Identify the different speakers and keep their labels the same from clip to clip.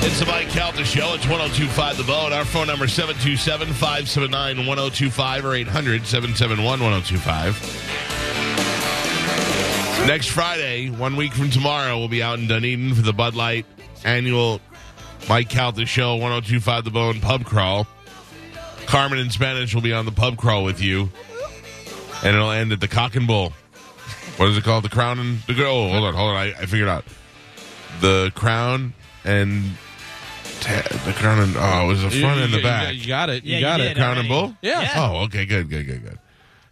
Speaker 1: It's the Mike Calta Show. It's 1025 The Bone. Our phone number 727 579 1025 or 800 771 1025. Next Friday, one week from tomorrow, we'll be out in Dunedin for the Bud Light annual Mike Calta Show 1025 The Bone pub crawl. Carmen and Spanish will be on the pub crawl with you, and it'll end at the Cock and Bull. What is it called? The Crown and the Girl. Oh, hold on, hold on. I, I figured out. The Crown and ta- the crown and oh, it was the front and the back.
Speaker 2: You got it. You
Speaker 3: Yeah, you
Speaker 2: got
Speaker 3: did.
Speaker 2: it.
Speaker 3: Crown
Speaker 1: Crown and
Speaker 3: already.
Speaker 1: Bull.
Speaker 2: Yeah.
Speaker 1: Oh, okay. Good. Good. Good. Good.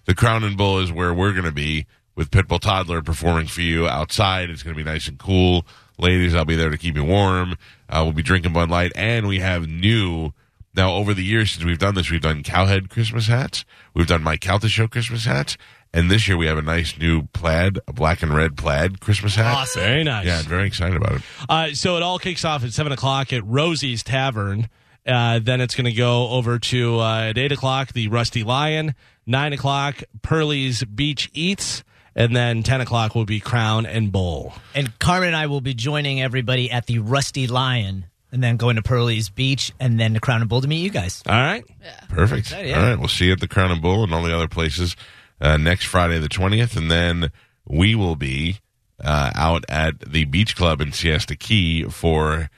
Speaker 1: The Crown and Bull is where we're going to be with Pitbull Toddler performing for you outside. It's going to be nice and cool, ladies. I'll be there to keep you warm. Uh, we'll be drinking Bud Light, and we have new. Now, over the years since we've done this, we've done cowhead Christmas hats. We've done Mike Calta Show Christmas hats. And this year we have a nice new plaid, a black and red plaid Christmas hat.
Speaker 3: Awesome.
Speaker 2: Very nice.
Speaker 1: Yeah, I'm very excited about it.
Speaker 2: Uh, so it all kicks off at seven o'clock at Rosie's Tavern. Uh, then it's going to go over to uh, at eight o'clock the Rusty Lion, nine o'clock Pearlie's Beach Eats, and then ten o'clock will be Crown and Bowl.
Speaker 3: And Carmen and I will be joining everybody at the Rusty Lion and then going to Pearlie's Beach and then to Crown and Bull to meet you guys.
Speaker 2: All right,
Speaker 1: Perfect.
Speaker 3: Excited, yeah.
Speaker 1: All right, we'll see you at the Crown and Bull and all the other places uh, next Friday the twentieth, and then we will be uh, out at the Beach Club in Siesta Key for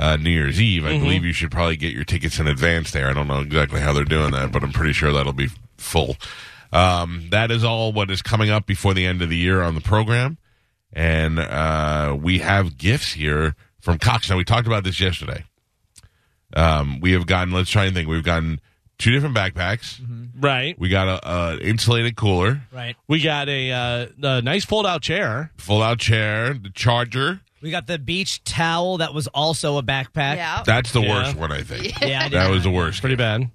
Speaker 1: uh, New Year's Eve. I
Speaker 3: Mm-hmm.
Speaker 1: believe you should probably get your tickets in advance there. I don't know exactly how they're doing that, but I'm pretty sure that'll be full. Um, that is all what is coming up before the end of the year on the program, and uh, we have gifts here from Cox. Now we talked about this yesterday. Um, we have gotten. Let's try and think. We've gotten two different backpacks.
Speaker 2: Mm-hmm. right.
Speaker 1: We got a, a insulated cooler,
Speaker 3: Right.
Speaker 2: We got a, uh, a nice fold-out chair.
Speaker 1: full out chair, the charger.
Speaker 3: We got the beach towel that was also a backpack.
Speaker 4: Yeah.
Speaker 1: That's the
Speaker 2: Yeah.
Speaker 1: worst one, I think.
Speaker 3: Yeah. I did
Speaker 1: That was the
Speaker 3: not-
Speaker 1: worst.
Speaker 2: Pretty bad.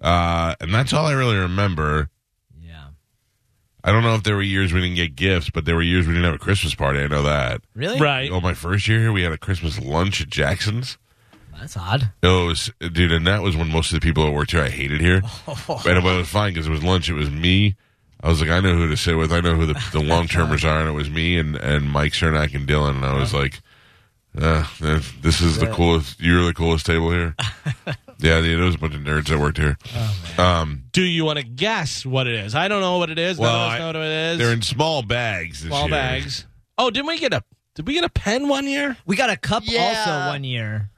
Speaker 1: Uh, and that's all I really remember.
Speaker 3: Yeah.
Speaker 1: I don't know if there were years we didn't get gifts, but there were years we didn't have a Christmas party. I know that.
Speaker 3: Really?
Speaker 2: Right.
Speaker 1: Oh, my first year here, we had a Christmas lunch at Jackson's.
Speaker 3: That's odd.
Speaker 1: It was, dude, and that was when most of the people that worked here I hated here. And it was fine because it was lunch. It was me. I was like, I know who to sit with. I know who the, the long termers are, and it was me and and Mike Cernak and Dylan. And I was like, uh, this- this is the coolest. You're the coolest table here. yeah, dude, it was a bunch of nerds that worked here.
Speaker 3: Oh,
Speaker 1: um,
Speaker 2: Do you want to guess what it is? I don't know what it is.
Speaker 1: Well,
Speaker 2: None of us
Speaker 1: I-
Speaker 2: know what it is.
Speaker 1: they're in small bags. This
Speaker 2: Small
Speaker 1: year.
Speaker 2: bags. Oh, didn't we get a? Did we get a pen one year?
Speaker 3: We got a cup
Speaker 4: Yeah.
Speaker 3: also one year.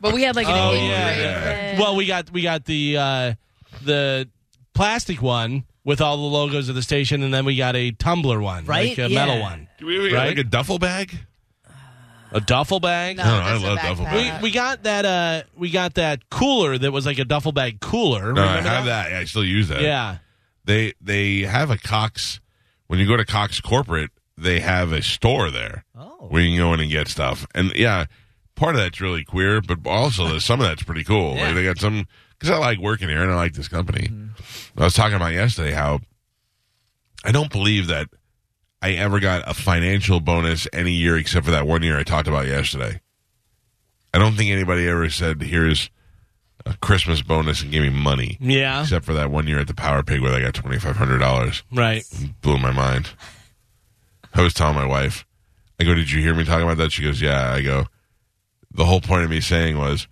Speaker 4: But we had like an
Speaker 2: Oh,
Speaker 4: eighth
Speaker 2: yeah,
Speaker 4: grade
Speaker 1: yeah.
Speaker 4: thing.
Speaker 2: Well, we got we got the uh, the plastic one with all the logos of the station, and then we got a tumbler one,
Speaker 3: Right?
Speaker 2: Like a
Speaker 3: Yeah.
Speaker 2: metal one,
Speaker 1: Do we, we
Speaker 2: Right?
Speaker 1: like a duffel bag? Oh,
Speaker 2: a duffel bag.
Speaker 4: No,
Speaker 1: I don't know, I
Speaker 4: that's a
Speaker 1: love duffel
Speaker 4: backpack.
Speaker 2: We, we got that uh we got that cooler that was like a duffel bag cooler.
Speaker 1: No, I
Speaker 2: Remember
Speaker 1: have that. Yeah, I still use that.
Speaker 2: Yeah,
Speaker 1: they they have a Cox. When you go to Cox Corporate, they have a store there.
Speaker 3: Oh.
Speaker 1: where you can go in and get stuff. And yeah, part of that's really queer, but also there's- some of that's pretty cool. Like they got some because I like working here and I like this company. I was talking about yesterday how I don't believe that I ever got a financial bonus any year except for that one year I talked about yesterday. I don't think anybody ever said, "Here's a Christmas bonus and give me money."
Speaker 2: yeah,
Speaker 1: Except for that one year at the Power Pig where they got twenty five hundred dollars
Speaker 2: right.
Speaker 1: blew my mind. I was telling my wife, I go, Did you hear me talking about that? She goes, Yeah. I go, The whole point of me saying was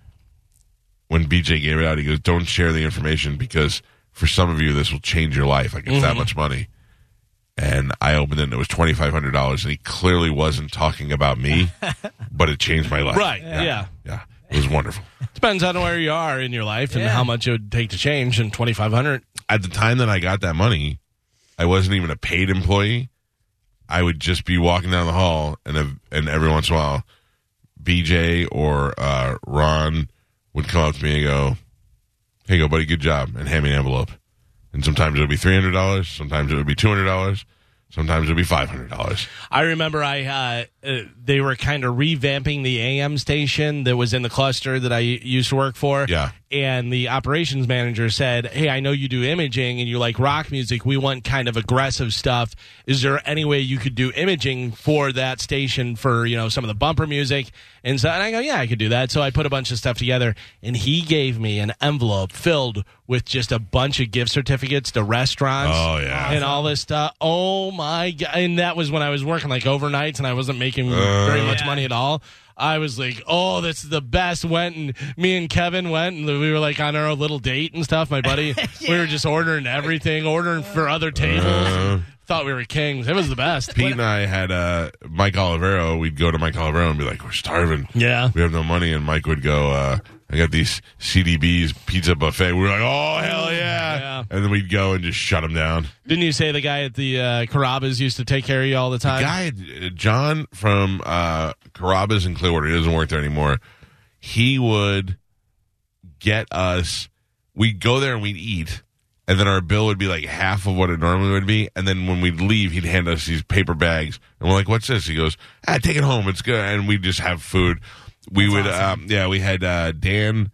Speaker 1: when BJ gave it out, he goes, Don't share the information because for some of you, this will change your life. Like, it's
Speaker 2: Mm-hmm.
Speaker 1: that much money. And I opened it and it was $2,500. And he clearly wasn't talking about me, but it changed my life.
Speaker 2: Right, yeah.
Speaker 1: Yeah. It was wonderful.
Speaker 2: Depends on where you are in your life and
Speaker 3: Yeah.
Speaker 2: how much it would take to change. And twenty five hundred.
Speaker 1: At the time that I got that money, I wasn't even a paid employee, I would just be walking down the hall and ev- and every once in a while, BJ or uh, Ron would come up to me and go, "Hey, go buddy, good job," and hand me an envelope. And sometimes it would be three hundred dollars, sometimes it would be two hundred dollars, sometimes it would be five hundred dollars.
Speaker 2: I remember I uh, uh, they were kind of revamping the AM station that was in the cluster that I used to work for.
Speaker 1: Yeah.
Speaker 2: And the operations manager said, "Hey, I know you do imaging and you like rock music. We want kind of aggressive stuff. Is there any way you could do imaging for that station for you know some of the bumper music?" And so and I go, "Yeah, I could do that." So I put a bunch of stuff together, and he gave me an envelope filled with just a bunch of gift certificates to restaurants
Speaker 1: Oh, yeah.
Speaker 2: and all this stuff. Oh my god! And that was when I was working like overnights, and I wasn't making
Speaker 1: Uh,
Speaker 2: very much
Speaker 3: Yeah.
Speaker 2: money at all. I was like, "Oh, this is the best." Went and me and Kevin went, and we were like on our little date and stuff. My buddy, we were just ordering everything, ordering for other tables. Thought we were kings. It was the best.
Speaker 1: Uh-huh. Pete and I had uh, Mike Olivero. We'd go to Mike Olivero and be like, "We're starving.
Speaker 2: Yeah.
Speaker 1: we have no money." And Mike would go, uh, "I got these CDBs pizza buffet." We were like, "Oh hell yeah!"
Speaker 2: Yeah.
Speaker 1: And then we'd go and just shut him down.
Speaker 2: Didn't you say the guy at the uh, Carrabba's used to take care of you all the time?
Speaker 1: guy uh, John from uh, Carrabba's in Clearwater. He doesn't work there anymore. He would get us. We'd go there and we'd eat, and then our bill would be like half of what it normally would be. And then when we'd leave, he'd hand us these paper bags, and we're like, "What's this?" He goes, "Ah, take it home. It's good." And we just have food. We would, um, yeah, we had uh, Dan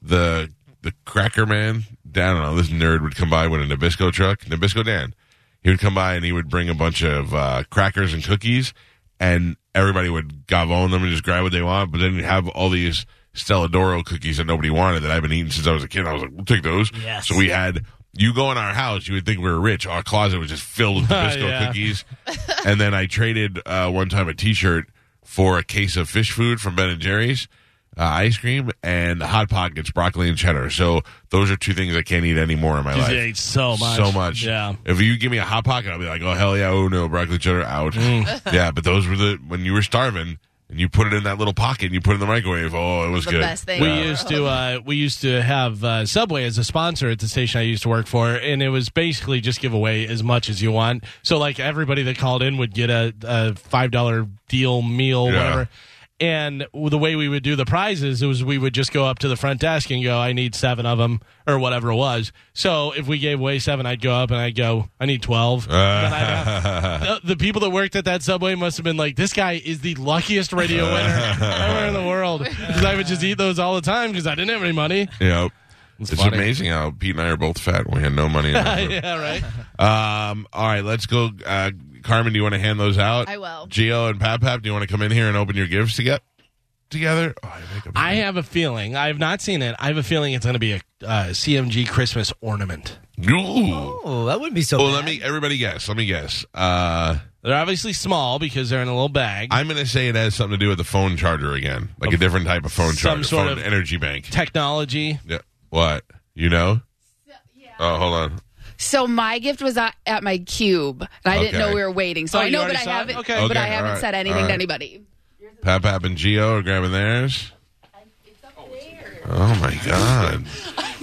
Speaker 1: the the cracker man. I don't know. This nerd would come by with a Nabisco truck. Nabisco Dan. He would come by and he would bring a bunch of uh, crackers and cookies, and everybody would gobble on them and just grab what they want. But then you have all these Stella Doro cookies that nobody wanted that I've been eating since I was a kid. I was like, we'll take those.
Speaker 3: Yes.
Speaker 1: So we had. You go in our house, you would think we were rich. Our closet was just filled with Nabisco
Speaker 2: Yeah.
Speaker 1: cookies. and then I traded uh, one time a T-shirt for a case of fish food from Ben and Jerry's uh, ice cream and hot pockets, broccoli and cheddar. So those are two things I can't eat anymore in my
Speaker 2: Because he
Speaker 1: life.
Speaker 2: ate so much,
Speaker 1: So much.
Speaker 2: Yeah.
Speaker 1: If you give me a hot pocket, I'll be like, oh hell yeah, oh no, broccoli cheddar out.
Speaker 2: Mm.
Speaker 1: yeah, but those were the when you were starving and you put it in that little pocket and you put it in the microwave. Oh, it was
Speaker 4: The
Speaker 1: good.
Speaker 4: best thing.
Speaker 2: We
Speaker 4: Yeah.
Speaker 2: used to uh, we used to have uh, Subway as a sponsor at the station I used to work for, and it was basically just give away as much as you want. So like everybody that called in would get a, a five dollar deal meal,
Speaker 1: Yeah.
Speaker 2: whatever. And the way we would do the prizes was we would just go up to the front desk and go, "I need seven of them or whatever it was." So if we gave away seven, I'd go up and I'd go, "I need 12. And then I'd have- the, the people that worked at that subway must have been like, this guy is the luckiest radio winner ever in the world. 'Cause I would just eat those all the time because I didn't have any money.
Speaker 1: Yep. It's,
Speaker 2: funny.
Speaker 1: amazing how Pete and I are both fat. We had no money. In our room.
Speaker 2: yeah, right.
Speaker 1: Um. All right, let's go. Uh, Carmen, do you want to hand those out?
Speaker 4: I will.
Speaker 1: Gio and Pap Pap, do you want to come in here and open your gifts to get together? Oh, I make a-
Speaker 2: I have a feeling. I have not seen it. I have a feeling it's going to be a uh, CMG Christmas ornament.
Speaker 1: Ooh.
Speaker 3: Oh, that wouldn't be so.
Speaker 1: Well,
Speaker 3: bad.
Speaker 1: let me. Everybody guess. Let me guess. Uh,
Speaker 2: They're obviously small because they're in a little bag.
Speaker 1: I'm going to say it has something to do with the phone charger again, like a different type of phone
Speaker 2: Some
Speaker 1: charger,
Speaker 2: sort
Speaker 1: phone
Speaker 2: of-
Speaker 1: energy bank.
Speaker 2: Technology.
Speaker 1: Yeah. What? You know? Oh, hold on.
Speaker 4: So my gift was at, at my cube, and I didn't
Speaker 1: Okay.
Speaker 4: know we were waiting. So
Speaker 2: Oh,
Speaker 4: I
Speaker 2: you
Speaker 4: know,
Speaker 2: already
Speaker 4: but I
Speaker 2: saw it?
Speaker 4: haven't.
Speaker 2: Okay.
Speaker 4: But
Speaker 1: Okay,
Speaker 4: I haven't
Speaker 1: alright,
Speaker 4: said anything
Speaker 1: alright.
Speaker 4: to anybody.
Speaker 1: Pap Pap and Geo are grabbing theirs. Oh my God!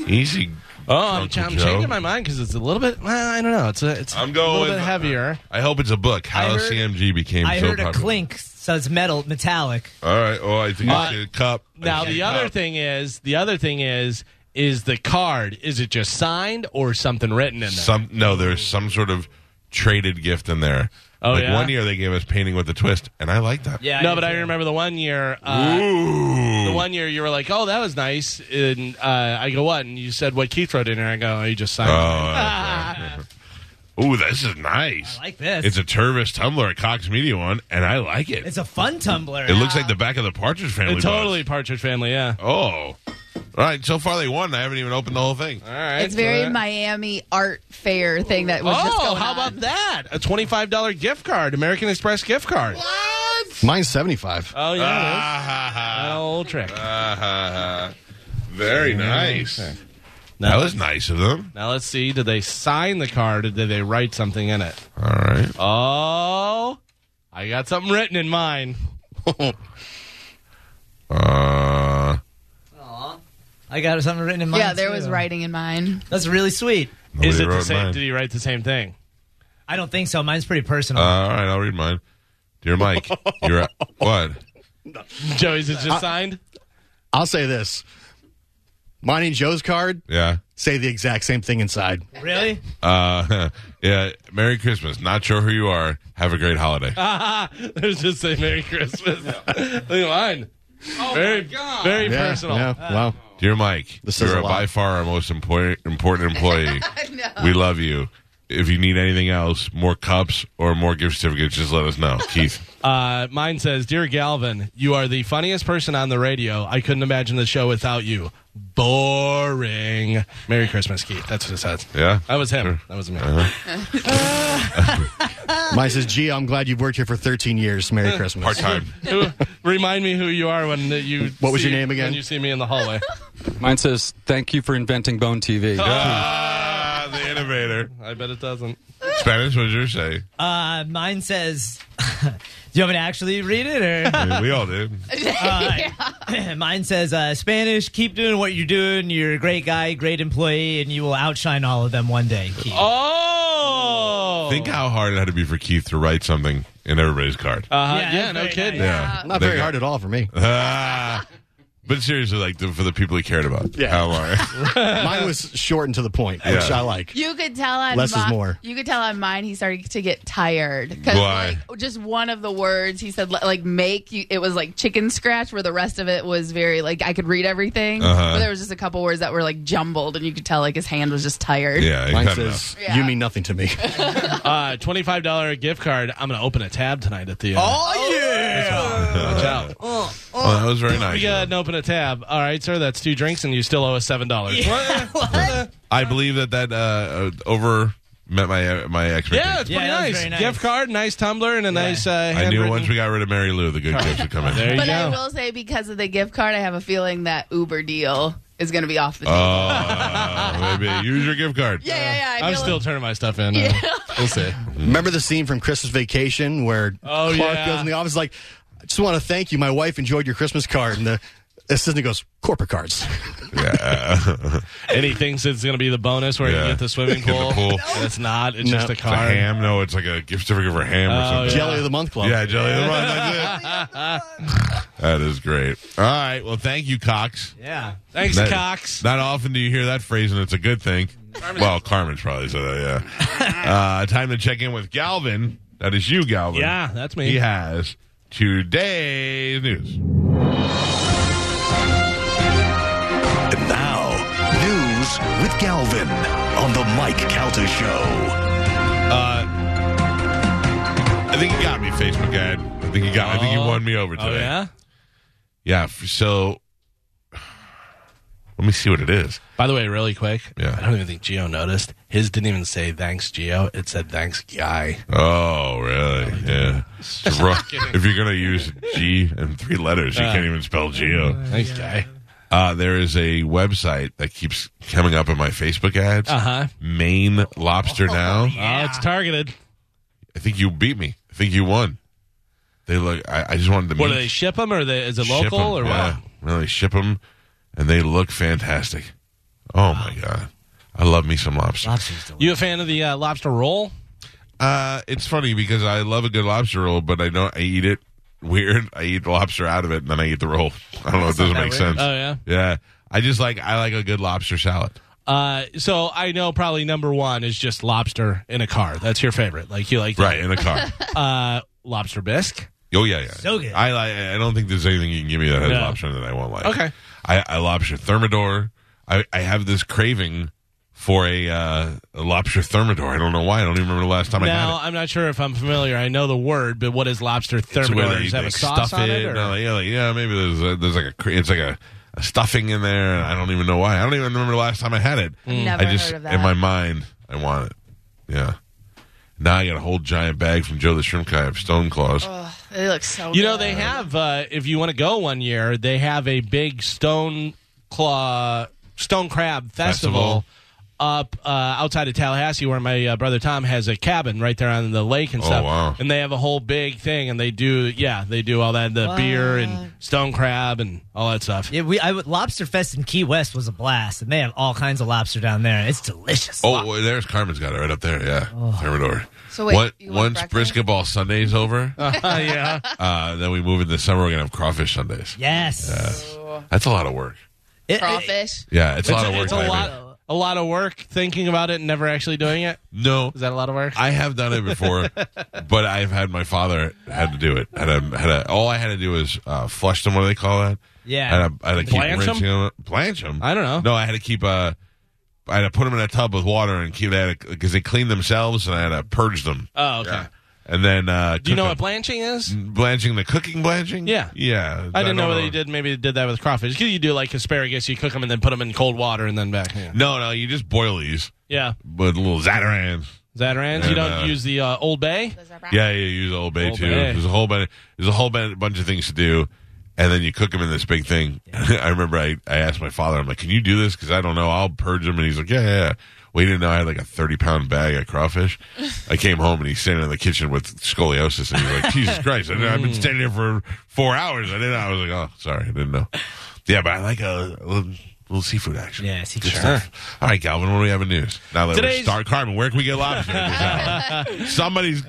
Speaker 1: Easy.
Speaker 2: Oh, I'm,
Speaker 1: Uncle
Speaker 2: I'm
Speaker 1: Joe.
Speaker 2: changing my mind because it's a little bit. Well, I don't know. It's a. It's
Speaker 1: I'm
Speaker 2: a
Speaker 1: going
Speaker 2: little bit
Speaker 1: with-
Speaker 2: heavier.
Speaker 1: I hope it's a book. How
Speaker 3: I heard-
Speaker 1: CMG became
Speaker 3: I
Speaker 1: so
Speaker 3: heard a
Speaker 1: popular.
Speaker 3: clink, so it's metal, metallic.
Speaker 1: All right. Oh, I think
Speaker 2: Uh,
Speaker 1: I see a cup. I
Speaker 2: Now
Speaker 1: see
Speaker 2: the
Speaker 1: a
Speaker 2: other
Speaker 1: cup.
Speaker 2: thing is the other thing is is the card. Is it just signed or something written in there?
Speaker 1: Some no, there's some sort of traded gift in there.
Speaker 2: Oh,
Speaker 1: like
Speaker 2: yeah?
Speaker 1: one year they gave us painting with a twist, and I like that.
Speaker 3: Yeah.
Speaker 2: no, but I remember the one year. Uh,
Speaker 1: Ooh.
Speaker 2: the one year you were like, "Oh, that was nice," and uh, I go, "What?" And you said, "What Keith wrote in there." I go, "Oh, you just signed."
Speaker 1: Oh,
Speaker 2: it."
Speaker 1: okay. Ooh, this is nice.
Speaker 3: I like this.
Speaker 1: It's a Turvis tumbler, a Cox Media one, and I like it.
Speaker 3: It's a fun tumbler.
Speaker 1: it looks like the back of the Partridge Family.
Speaker 2: It totally Partridge Family, yeah.
Speaker 1: bus. Oh. All right. So far they won. I haven't even opened the whole thing.
Speaker 2: All right,
Speaker 4: It's very
Speaker 2: so-
Speaker 4: Miami art fair thing that was just
Speaker 2: Oh,
Speaker 4: going
Speaker 2: how
Speaker 4: on.
Speaker 2: about that? A twenty-five dollar gift card, American Express gift card.
Speaker 5: Mine's 75.
Speaker 2: Oh yeah,
Speaker 1: Ah, ha, ha.
Speaker 2: that old trick.
Speaker 1: Ah, ha, ha. Very nice. That
Speaker 2: Now,
Speaker 1: was nice of them.
Speaker 2: now let's see. Did they sign the card or did they write something in it?
Speaker 1: All right.
Speaker 2: Oh, I got something written in mine.
Speaker 1: Uh,
Speaker 3: I got something written in mine.
Speaker 4: Yeah, there was
Speaker 3: too.
Speaker 4: writing in mine.
Speaker 3: That's really sweet.
Speaker 1: nobody
Speaker 2: Is it the
Speaker 1: wrote
Speaker 2: same?
Speaker 1: mine.
Speaker 2: Did he write the same thing?
Speaker 3: I don't think so. Mine's pretty personal.
Speaker 1: Uh, all right, I'll read mine. Dear Mike, you're what?
Speaker 2: Joey's is just signed.
Speaker 5: I'll say this. Mine and Joe's card
Speaker 1: Yeah.
Speaker 5: say the exact same thing inside.
Speaker 3: really?
Speaker 1: Uh, yeah. Merry Christmas. Not sure who you are. Have a great holiday.
Speaker 2: There's just say Merry Christmas. Look at mine. very, very
Speaker 5: Yeah,
Speaker 2: personal.
Speaker 5: yeah, wow.
Speaker 1: Dear Mike,
Speaker 5: This says
Speaker 1: you're
Speaker 5: a
Speaker 1: a
Speaker 5: lot.
Speaker 1: by far our most important important employee. We love you. If you need anything else, more cups or more gift certificates, just let us know. Keith.
Speaker 2: Uh, mine says, "Dear Galvin, you are the funniest person on the radio. I couldn't imagine the show without you. Boring. Merry Christmas, Keith. That's what it says.
Speaker 1: Yeah. Uh-huh.
Speaker 2: that was him. That was me.
Speaker 5: Mine says, gee, I'm glad you've worked here for 13 years. Merry Christmas.
Speaker 1: Part time.
Speaker 2: Who, remind me who you are when that you.
Speaker 5: What was
Speaker 2: see-
Speaker 5: your name again?
Speaker 2: When you see me in the hallway.
Speaker 6: Mine says, "Thank you for inventing Bone TV."
Speaker 1: Ah, the innovator.
Speaker 2: I bet it doesn't.
Speaker 1: Spanish, what did you say?
Speaker 3: Uh, mine says. Do you want me to actually read it or?
Speaker 1: Yeah, we all did.
Speaker 3: Mine says uh, Spanish. Keep doing what you're doing. You're a great guy, great employee, and you will outshine all of them one day. Keith.
Speaker 2: Oh,
Speaker 1: Think how hard it had to be for Keith to write something in everybody's card.
Speaker 5: Uh-huh.
Speaker 2: Uh,
Speaker 3: Yeah,
Speaker 2: yeah,
Speaker 3: that's
Speaker 2: no
Speaker 3: very
Speaker 2: kidding.
Speaker 3: nice.
Speaker 1: yeah.
Speaker 5: Not
Speaker 1: They
Speaker 5: very
Speaker 1: got-
Speaker 5: hard at all for me.
Speaker 1: Ah. but seriously, like the, for the people he cared about.
Speaker 5: Yeah.
Speaker 1: How long?
Speaker 5: Mine was short and to the point, which
Speaker 1: Yeah.
Speaker 5: I like.
Speaker 4: You could tell on
Speaker 5: Less is
Speaker 4: mi-
Speaker 5: more.
Speaker 4: You could tell on mine he started to get tired because
Speaker 1: Why?
Speaker 4: like just one of the words he said li- like make you, it was like chicken scratch where the rest of it was very like I could read everything
Speaker 1: Uh-huh.
Speaker 4: but there was just a couple words that were like jumbled and you could tell like his hand was just tired.
Speaker 1: yeah. he's
Speaker 5: Mine
Speaker 1: had
Speaker 5: says,
Speaker 4: enough.
Speaker 5: you
Speaker 4: Yeah.
Speaker 5: mean nothing to me.
Speaker 2: Uh, twenty-five dollar gift card. I'm gonna open a tab tonight at the. Uh,
Speaker 1: Oh,
Speaker 3: Oh,
Speaker 1: enough.
Speaker 2: watch out.
Speaker 1: Well, Uh, oh, that was very
Speaker 2: We
Speaker 1: nice.
Speaker 2: go ahead and open a tab. All right, sir. That's two drinks, and you still owe us seven dollars.
Speaker 1: I believe that that uh, uh, over met my my
Speaker 2: Yeah,
Speaker 1: expectations.
Speaker 2: it's
Speaker 3: Yeah,
Speaker 2: pretty
Speaker 3: that was
Speaker 2: nice.
Speaker 3: very nice.
Speaker 2: Gift card, nice tumbler, and a nice. Uh,
Speaker 1: I knew
Speaker 2: handwritten-
Speaker 1: once we got rid of Mary Lou, the good gifts would come in.
Speaker 2: There you
Speaker 4: But I
Speaker 2: go.
Speaker 4: will say because of the gift card I have a feeling that Uber deal is going to be off the table.
Speaker 1: Oh, baby, use your gift card.
Speaker 4: yeah, yeah, yeah. I
Speaker 2: I'm
Speaker 4: feel
Speaker 2: still
Speaker 4: like-
Speaker 2: turning my stuff in. Uh, We'll see.
Speaker 5: Remember the scene from Christmas Vacation where
Speaker 2: Oh,
Speaker 5: Clark
Speaker 2: yeah.
Speaker 5: goes in the office like, I just want to thank you. My wife enjoyed your Christmas card. And the assistant goes, corporate cards.
Speaker 2: And he thinks it's going to be the bonus where
Speaker 1: Yeah.
Speaker 2: you get the swimming
Speaker 1: Get the
Speaker 2: pool.
Speaker 1: pool.
Speaker 2: And It's not. It's
Speaker 5: No.
Speaker 2: just a
Speaker 5: It's a
Speaker 1: It's a
Speaker 2: card.
Speaker 1: ham? No, it's like a gift certificate for ham or something.
Speaker 5: Jelly of the Month Club. Oh,
Speaker 1: Yeah, jelly of the month. That's it. that is great. All right. Well, thank you, Cox.
Speaker 3: yeah.
Speaker 2: Thanks,
Speaker 1: That-
Speaker 2: Cox.
Speaker 1: Not often do you hear that phrase, and it's a good thing. Well, Carmen's probably said that. Yeah. uh, time to check in with Galvin. That is you, Galvin.
Speaker 2: Yeah, that's me.
Speaker 1: He has today's news.
Speaker 7: And now, news with Galvin on the Mike Calter Show.
Speaker 1: Uh, I think you got me, Facebook ad. I think you got. I think you won me over today.
Speaker 2: Oh yeah.
Speaker 1: Yeah. f- So let me see what it is.
Speaker 2: By the way, really quick.
Speaker 1: Yeah.
Speaker 2: I don't even think Geo noticed. His didn't even say thanks, Geo. It said thanks, guy.
Speaker 1: Oh, really? Yeah. It's wrong. if you're gonna use G and three letters, you can't even spell Geo.
Speaker 2: Thanks, guy.
Speaker 1: Uh, there is a website that keeps coming up in my Facebook ads.
Speaker 2: Uh huh.
Speaker 1: Maine Lobster Now.
Speaker 2: Oh, it's targeted.
Speaker 1: I think you beat me. I think you won. They look. I, I just wanted to.
Speaker 2: What do
Speaker 1: meet-
Speaker 2: they ship them, or they, is it
Speaker 1: ship
Speaker 2: local,
Speaker 1: 'em,
Speaker 2: or
Speaker 1: yeah.
Speaker 2: what?
Speaker 1: No, they ship them, and they look fantastic. Oh my god, I love me some lobster.
Speaker 2: You a fan of the uh, lobster roll?
Speaker 1: Uh, it's funny because I love a good lobster roll, but I don't. I eat it weird. I eat the lobster out of it, and then I eat the roll. I don't know. It doesn't make sense.
Speaker 2: Oh yeah.
Speaker 1: yeah, I just like I like a good lobster salad.
Speaker 2: Uh, so I know probably number one is just lobster in a car. That's your favorite. Like you like
Speaker 1: Right in a car.
Speaker 2: uh, lobster bisque.
Speaker 1: oh yeah, yeah.
Speaker 3: So good.
Speaker 1: I like. I don't think there's anything you can give me that has
Speaker 2: No.
Speaker 1: lobster in it that I won't like.
Speaker 2: Okay.
Speaker 1: I, I lobster thermidor. I, I have this craving for a, uh, a lobster thermidor. I don't know why. I don't even remember the last time I had it.
Speaker 2: Now I'm not sure if I'm familiar. I know the word, but what is lobster thermidor? Does it have a sauce on it? or-
Speaker 1: No, like, yeah, like, yeah, maybe there's a, there's like a cre- it's like a, a stuffing in there, and I don't even know why. I don't even remember the last time I had it.
Speaker 4: never
Speaker 1: I just
Speaker 4: heard of that.
Speaker 1: in my mind I want it. Yeah. Now I got a whole giant bag from Joe the Shrimp Guy of Stone Claws.
Speaker 4: Ugh, they look so
Speaker 2: You
Speaker 4: good.
Speaker 2: know they have. Uh, if you want to go one year, they have a big stone claw, stone crab festival,
Speaker 1: Festival.
Speaker 2: up uh, outside of Tallahassee, where my uh, brother Tom has a cabin right there on the lake and
Speaker 1: Oh,
Speaker 2: stuff.
Speaker 1: wow.
Speaker 2: And they have a whole big thing, and they do yeah, they do all that the beer and stone crab and all that stuff.
Speaker 3: Yeah, we I would, Lobster Fest in Key West was a blast, and they have all kinds of lobster down there. It's delicious.
Speaker 1: Oh, well, there's Carmen's got it right up there. Yeah, Thermidor.
Speaker 4: So wait,
Speaker 1: What-
Speaker 4: you want
Speaker 1: once
Speaker 4: breakfast?
Speaker 1: brisket ball Sunday's over,
Speaker 2: yeah,
Speaker 1: uh, then we move in the summer. We're gonna have crawfish Sundays.
Speaker 3: yes.
Speaker 1: That's a lot of work.
Speaker 3: It- it-
Speaker 4: Crawfish.
Speaker 1: Yeah, it's, a lot of work.
Speaker 2: it's a
Speaker 1: baby.
Speaker 2: lot, a lot of work thinking about it and never actually doing it.
Speaker 1: No,
Speaker 2: Is that a lot of work?
Speaker 1: I have done it before, but I've had my father had to do it, and I had a, all I had to do was uh, flush them. What do they call that?
Speaker 3: Yeah.
Speaker 1: and I, I had to keep
Speaker 2: Blanch 'em?
Speaker 1: rinsing them. Blanch them.
Speaker 2: I don't know.
Speaker 1: No, I had to keep uh, I had to put them in a tub with water and keep that because they cleaned themselves, and I had to purge them.
Speaker 2: Oh, okay.
Speaker 1: And then, uh,
Speaker 2: Do you know
Speaker 1: cook
Speaker 2: what blanching is?
Speaker 1: them. blanching the cooking blanching?
Speaker 2: Yeah.
Speaker 1: yeah.
Speaker 2: I didn't know
Speaker 1: don't
Speaker 2: whether you did. Maybe they did that with crawfish. 'Cause you do like asparagus, you cook them and then put them in cold water and then back. Yeah,
Speaker 1: No, no, you just boil these
Speaker 2: yeah.
Speaker 1: with a little Zatarans.
Speaker 2: Zatarans. You
Speaker 1: And,
Speaker 2: don't
Speaker 1: uh,
Speaker 2: use the uh, Old Bay.
Speaker 1: Yeah, yeah, use Old Bay
Speaker 2: Old
Speaker 1: too.
Speaker 2: Bay.
Speaker 1: There's a whole bunch. There's a whole bun- bunch of things to do, and then you cook them in this big thing. I remember I, I asked my father, I'm like, "Can you do this? Because I don't know. I'll purge them." And he's like, "Yeah, yeah." yeah." We didn't know I had like a 30 pound bag of crawfish. I came home and he's standing in the kitchen with scoliosis, and he's like, "Jesus Christ! I didn't-
Speaker 2: Hmm.
Speaker 1: I've
Speaker 2: Mm.
Speaker 1: been standing here for four hours. I didn't. know." I was like, oh, sorry, I didn't know." Yeah, but I like uh, a, a little, little seafood action.
Speaker 3: Yeah, seafood.
Speaker 1: Good stuff. All right, Galvin, what do we have in news? Now that
Speaker 2: Today's-
Speaker 1: we're star Carmen, where can we get lobster? at this hour? Somebody's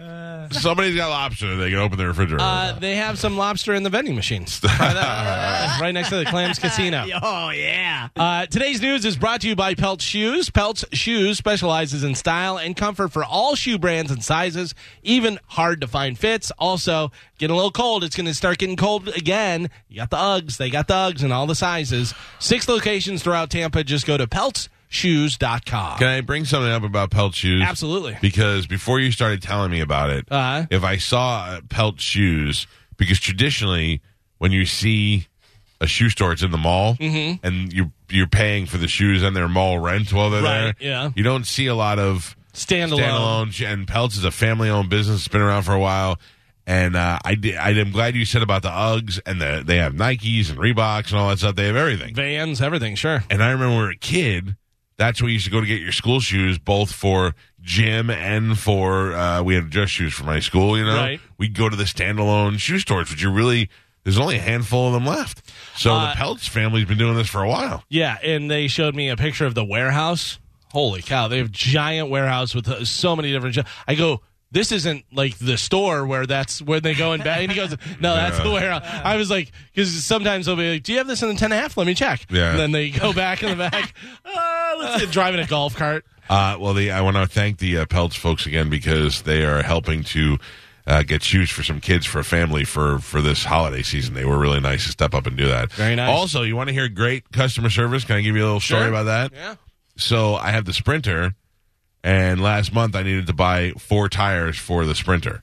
Speaker 1: somebody's got lobster. They can open their refrigerator.
Speaker 2: Uh, they have some lobster in the vending machines. Try that. right next to the Clams Casino.
Speaker 3: Oh yeah.
Speaker 2: Uh, today's news is brought to you by Pelt Shoes. Pelt's Shoes specializes in style and comfort for all shoe brands and sizes, even hard to find fits. Also, getting a little cold. It's going to start getting cold again. You got the Uggs. They got the Uggs in all the sizes. Six locations throughout Tampa. Just go to peltshoes.com.
Speaker 1: can I bring something up about pelt shoes?
Speaker 2: Uh, Absolutely.
Speaker 1: Because before you started telling me about it,
Speaker 2: Uh-huh.
Speaker 1: if I saw uh, pelt shoes, because traditionally when you see a shoe store, it's in the mall,
Speaker 2: Mm-hmm.
Speaker 1: and you're you're paying for the shoes and their mall rent while they're
Speaker 2: Right,
Speaker 1: there.
Speaker 2: yeah.
Speaker 1: you don't see a lot of
Speaker 2: Standalone.
Speaker 1: standalone. And Pelts is a family owned business. It's been around for a while. And uh, I did, I am glad you said about the Uggs and the, they have Nikes and Reeboks and all that stuff. They have everything.
Speaker 2: Vans, everything, sure.
Speaker 1: And I remember when we were a kid, that's where you used to go to get your school shoes, both for gym and for uh, we had dress shoes for my school. You know,
Speaker 2: Right.
Speaker 1: we'd go to the standalone shoe stores, which you really there's only a handful of them left. So
Speaker 2: Uh,
Speaker 1: the Pelts family's been doing this for a while.
Speaker 2: Yeah, and they showed me a picture of the warehouse. Holy cow, they have giant warehouse with uh, so many different. jo- I go, this isn't like the store where that's where they go and back. And he goes, no, that's the warehouse. I was like, because sometimes they'll be like, do you have this in the ten and a half? Let me check.
Speaker 1: Yeah.
Speaker 2: And then they go back in the back. Ah, let's get driving a golf cart.
Speaker 1: Uh, well, the, I want to thank the uh, Pelts folks again because they are helping to uh, get shoes for some kids for a family for for this holiday season. They were really nice to step up and do that.
Speaker 2: Very nice.
Speaker 1: Also, you want to hear great customer service? Can I give you a little story
Speaker 2: Sure.
Speaker 1: about that?
Speaker 2: Yeah.
Speaker 1: So uh, I have the Sprinter, and last month I needed to buy four tires for the Sprinter.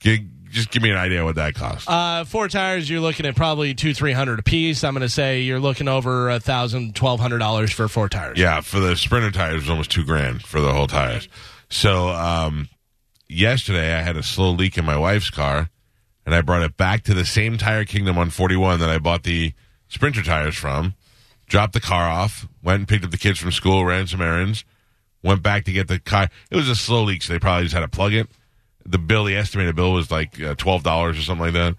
Speaker 1: Gi- just give me an idea what that cost.
Speaker 2: Uh, four tires, you're looking at probably two, three hundred a piece. I'm going to say you're looking over a thousand, twelve hundred dollars for four tires.
Speaker 1: Yeah, for the sprinter tires it was almost two grand for the whole tires. So um, yesterday I had a slow leak in my wife's car, and I brought it back to the same tire kingdom on 41 that I bought the sprinter tires from. Dropped the car off, went and picked up the kids from school, ran some errands, went back to get the car. It was a slow leak, so they probably just had to plug it. The bill, the estimated bill was like uh, twelve dollars or something like that.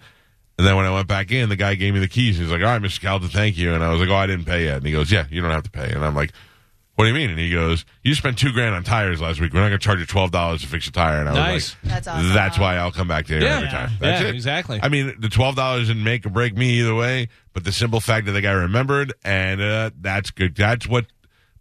Speaker 1: And then when I went back in, the guy gave me the keys. He's like, "All right, Mr. Calton, thank you." And I was like, "Oh, I didn't pay yet." And he goes, "Yeah, you don't have to pay." And I'm like, "What do you mean?" And he goes, "You spent two grand on tires last week. We're not going to charge you twelve dollars to fix a tire." And I
Speaker 2: Nice.
Speaker 1: was like,
Speaker 4: That's awesome.
Speaker 1: That's why I'll come back to you
Speaker 2: Yeah.
Speaker 1: every time.
Speaker 2: Yeah,
Speaker 1: That's it.
Speaker 2: exactly.
Speaker 1: I mean, the twelve dollars didn't make or break me either way, but the simple fact that the guy remembered, and uh, that's good. That's what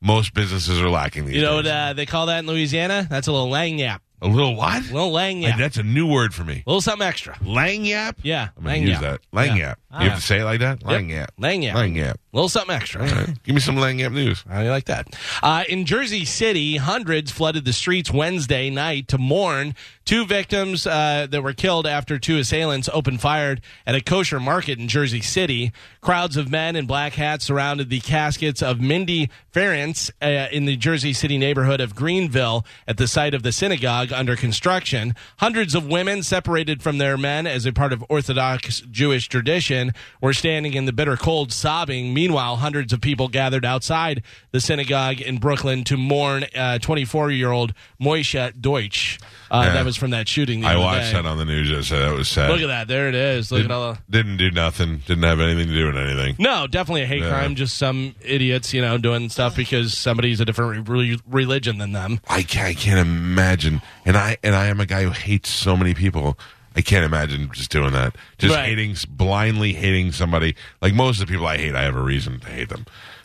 Speaker 1: most businesses are lacking these
Speaker 2: You know
Speaker 1: days.
Speaker 2: what uh, they call that in Louisiana? That's a little lang yap.
Speaker 1: a little what?
Speaker 2: Little lang
Speaker 1: Like,
Speaker 2: yap.
Speaker 1: that's a new word for me.
Speaker 2: A little something extra.
Speaker 1: Lang yap.
Speaker 2: Yeah,
Speaker 1: I'm gonna
Speaker 2: lang
Speaker 1: use
Speaker 2: yap.
Speaker 1: that. Lang
Speaker 2: Yeah. Ah.
Speaker 1: yap. You have to say it like that. Lang yap.
Speaker 2: Lang yap.
Speaker 1: Lang yap.
Speaker 2: A little something extra.
Speaker 1: All right. Give me some Lang yap news.
Speaker 2: How do you like that? Uh, in Jersey City, hundreds flooded the streets Wednesday night to mourn two victims uh, that were killed after two assailants opened fire at a kosher market in Jersey City. Crowds of men in black hats surrounded the caskets of Mindy Ference uh, in the Jersey City neighborhood of Greenville at the site of the synagogue. synagogue under construction. Hundreds of women separated from their men as a part of Orthodox Jewish tradition were standing in the bitter cold sobbing. Meanwhile, hundreds of people gathered outside the synagogue in Brooklyn to mourn 24 year old Moishe Deutsch. Uh,
Speaker 1: Yeah.
Speaker 2: That was from that shooting. The
Speaker 1: I
Speaker 2: other
Speaker 1: watched
Speaker 2: day.
Speaker 1: that on the news. I said that was sad.
Speaker 2: Look at that. There it is. Look at all. the-
Speaker 1: Didn't do nothing. Didn't have anything to do with anything.
Speaker 2: No, definitely a hate
Speaker 1: Yeah.
Speaker 2: crime. Just some idiots, you know, doing stuff because somebody's a different re- religion than them.
Speaker 1: I can't, I can't imagine. And I and I am a guy who hates so many people. I can't imagine just doing that. Just
Speaker 2: Right.
Speaker 1: hating, blindly hating somebody. Like most of the people I hate, I have a reason to hate them.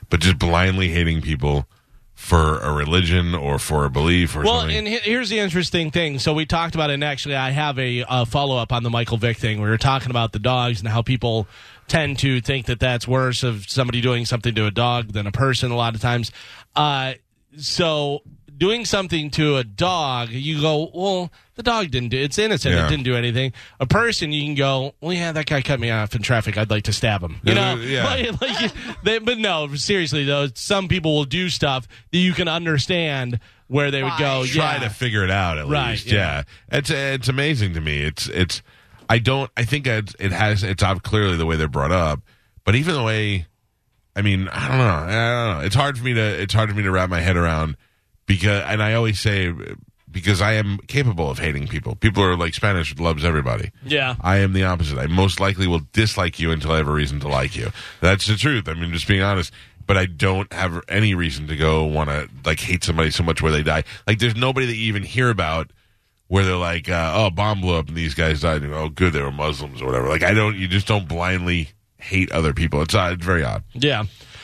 Speaker 1: But just blindly hating people for a religion or for a belief or
Speaker 2: Well,
Speaker 1: something.
Speaker 2: and he- here's the interesting thing. So we talked about it, and actually, I have a uh, follow up on the Michael Vick thing. We were talking about the dogs and how people tend to think that that's worse of somebody doing something to a dog than a person a lot of times. Uh, so doing something to a dog, you go, well, the dog didn't do it's innocent.
Speaker 1: Yeah.
Speaker 2: It didn't do anything. A person, you can go, well, yeah, that guy cut me off in traffic. I'd like to stab him. You know,
Speaker 1: Yeah.
Speaker 2: Like- uh, like they, but no, seriously though, some people will do stuff that you can understand where they would go.
Speaker 4: Why?
Speaker 1: try
Speaker 2: Yeah,
Speaker 1: to figure it out at
Speaker 2: Right,
Speaker 1: least. Yeah.
Speaker 2: yeah.
Speaker 1: it's it's amazing to me. It's it's I don't I think it, it has it's ob- clearly the way they're brought up, but even the way I mean I don't know I don't know it's hard for me to it's hard for me to wrap my head around because and I always say because I am capable of hating people. People are like Spanish loves everybody.
Speaker 2: yeah,
Speaker 1: I am the opposite. I most likely will dislike you until I have a reason to like you. That's the truth. I mean, just being honest. But I don't have any reason to go want to like hate somebody so much where they die. Like, there's nobody that you even hear about where they're like, uh, "Oh, bomb blew up and these guys died." And, oh, good, they were Muslims or whatever. Like, I don't. You just don't blindly hate other people. It's uh, it's very odd.
Speaker 2: yeah.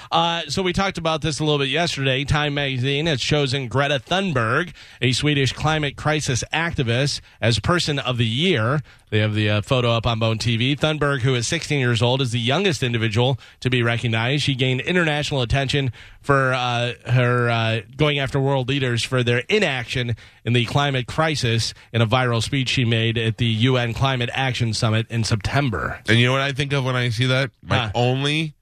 Speaker 2: Uh, so we talked about this a little bit yesterday. Time magazine has chosen Greta Thunberg, a Swedish climate crisis activist, as Person of the Year. They have the uh, photo up on Bone TV. Thunberg, who is 16 years old, is the youngest individual to be recognized. She gained international attention for uh, her uh, going after world leaders for their inaction in the climate crisis in a viral speech she made at the UN Climate Action Summit in September.
Speaker 1: And you know what I think of when I see that? My
Speaker 2: Huh.
Speaker 1: only,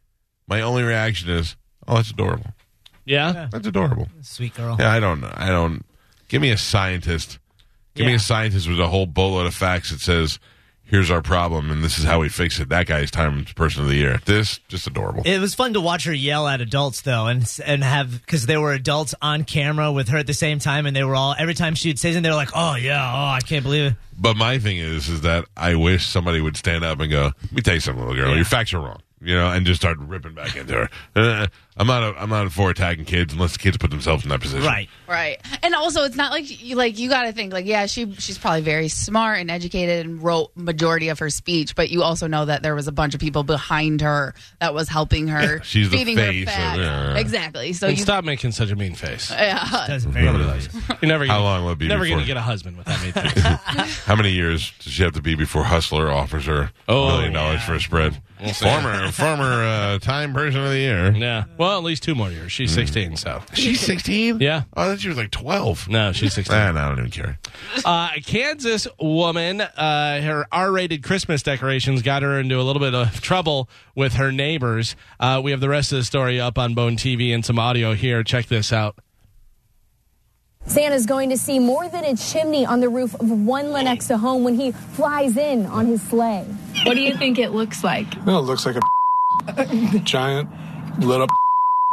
Speaker 1: my only reaction is, "Oh, that's adorable.
Speaker 2: Yeah?
Speaker 1: That's adorable."
Speaker 3: Sweet girl.
Speaker 1: Yeah, I don't know. I don't. Give me a scientist. Give me
Speaker 3: Yeah.
Speaker 1: a scientist with a whole boatload of facts that says, "Here's our problem, and this is how we fix it." That guy's time person of the year. This just adorable.
Speaker 3: It was fun to watch her yell at adults though, and and have because they were adults on camera with her at the same time, and they were all every time she'd say something, they were like, "Oh yeah, oh I can't believe it."
Speaker 1: but my thing is, is that I wish somebody would stand up and go, "Let me tell you something, little girl. Your facts are wrong." You know, and just start ripping back into her. Uh, I'm not. A, I'm not for attacking kids unless the kids put themselves in that position.
Speaker 3: Right?
Speaker 4: Right. And also it's not like you like you got to think like yeah, she she's probably very smart and educated and wrote majority of her speech, but you also know that there was a bunch of people behind her that was helping her
Speaker 1: she's the
Speaker 4: feeding
Speaker 1: face
Speaker 4: her
Speaker 1: of-
Speaker 4: facts.
Speaker 1: yeah.
Speaker 4: Exactly. So
Speaker 2: And
Speaker 4: you
Speaker 2: stop making such a mean face.
Speaker 3: That's very
Speaker 2: You're never gonna,
Speaker 1: How long will it be
Speaker 2: Never
Speaker 1: before-
Speaker 2: gonna get a husband with that mean face.
Speaker 1: How many years does she have to be before Hustler offers her a
Speaker 2: Oh,
Speaker 1: million dollars for a spread? former former uh, time person of the year. Mm.
Speaker 2: yeah. Well, at least two more years. She's 16, so
Speaker 1: She's 16?
Speaker 2: Yeah.
Speaker 1: Oh, I thought she was like 12.
Speaker 2: no, she's 16.
Speaker 1: Nah, nah, I don't even care.
Speaker 2: Uh, a Kansas woman, uh, her R-rated Christmas decorations got her into a little bit of trouble with her neighbors. Uh, we have the rest of the story up on Bone TV and some audio here. Check this out.
Speaker 8: Santa's going to see more than a chimney on the roof of one Lenexa home when he flies in on his sleigh. What do you think it looks like?
Speaker 9: No, it looks like a giant lit up.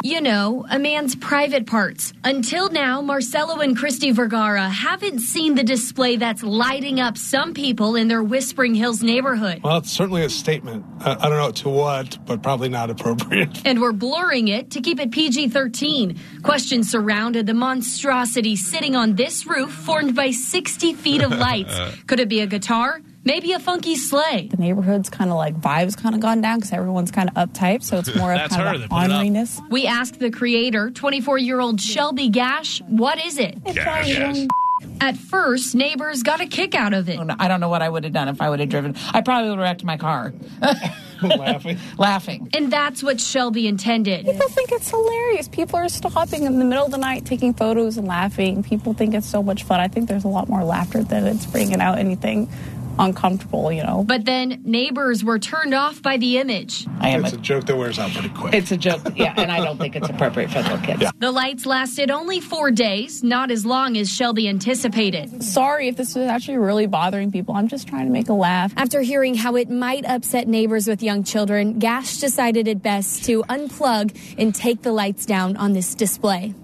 Speaker 8: You know, a man's private parts. Until now, Marcelo and Christy Vergara haven't seen the display that's lighting up some people in their Whispering Hills neighborhood.
Speaker 9: Well, it's certainly a statement. I, I don't know to what, but probably not appropriate.
Speaker 8: And we're blurring it to keep it PG 13. Questions surrounded the monstrosity sitting on this roof formed by 60 feet of lights. Could it be a guitar? Maybe a funky sleigh.
Speaker 10: the neighborhood's kind of like vibes kind of gone down because everyone's kind of uptight. So it's more of
Speaker 2: That's
Speaker 10: kind
Speaker 2: her
Speaker 10: of
Speaker 2: that
Speaker 10: an
Speaker 2: put it up.
Speaker 10: orneriness.
Speaker 8: We asked the creator, 24 year old Shelby Gash, what is it?
Speaker 1: Yes. yes.
Speaker 8: At first, neighbors got a kick out of it.
Speaker 10: I don't know what I would have done if I would have driven. I probably would have wrecked my car
Speaker 9: Laughing.
Speaker 10: laughing.
Speaker 8: And that's what Shelby intended.
Speaker 10: People think it's hilarious. People are stopping in the middle of the night taking photos and laughing. People think it's so much fun. I think there's a lot more laughter than it's bringing out anything uncomfortable, you know.
Speaker 8: But then neighbors were turned off by the image.
Speaker 10: I am
Speaker 9: It's a joke that wears out pretty quick.
Speaker 11: It's a joke, yeah, and I don't think it's appropriate for little kids.
Speaker 8: The lights lasted only four days, not as long as Shelby anticipated.
Speaker 10: Sorry if this was actually really bothering people. I'm just trying to make a laugh.
Speaker 12: After hearing how it might upset neighbors with young children, Gash decided it best to unplug and take the lights down on this display.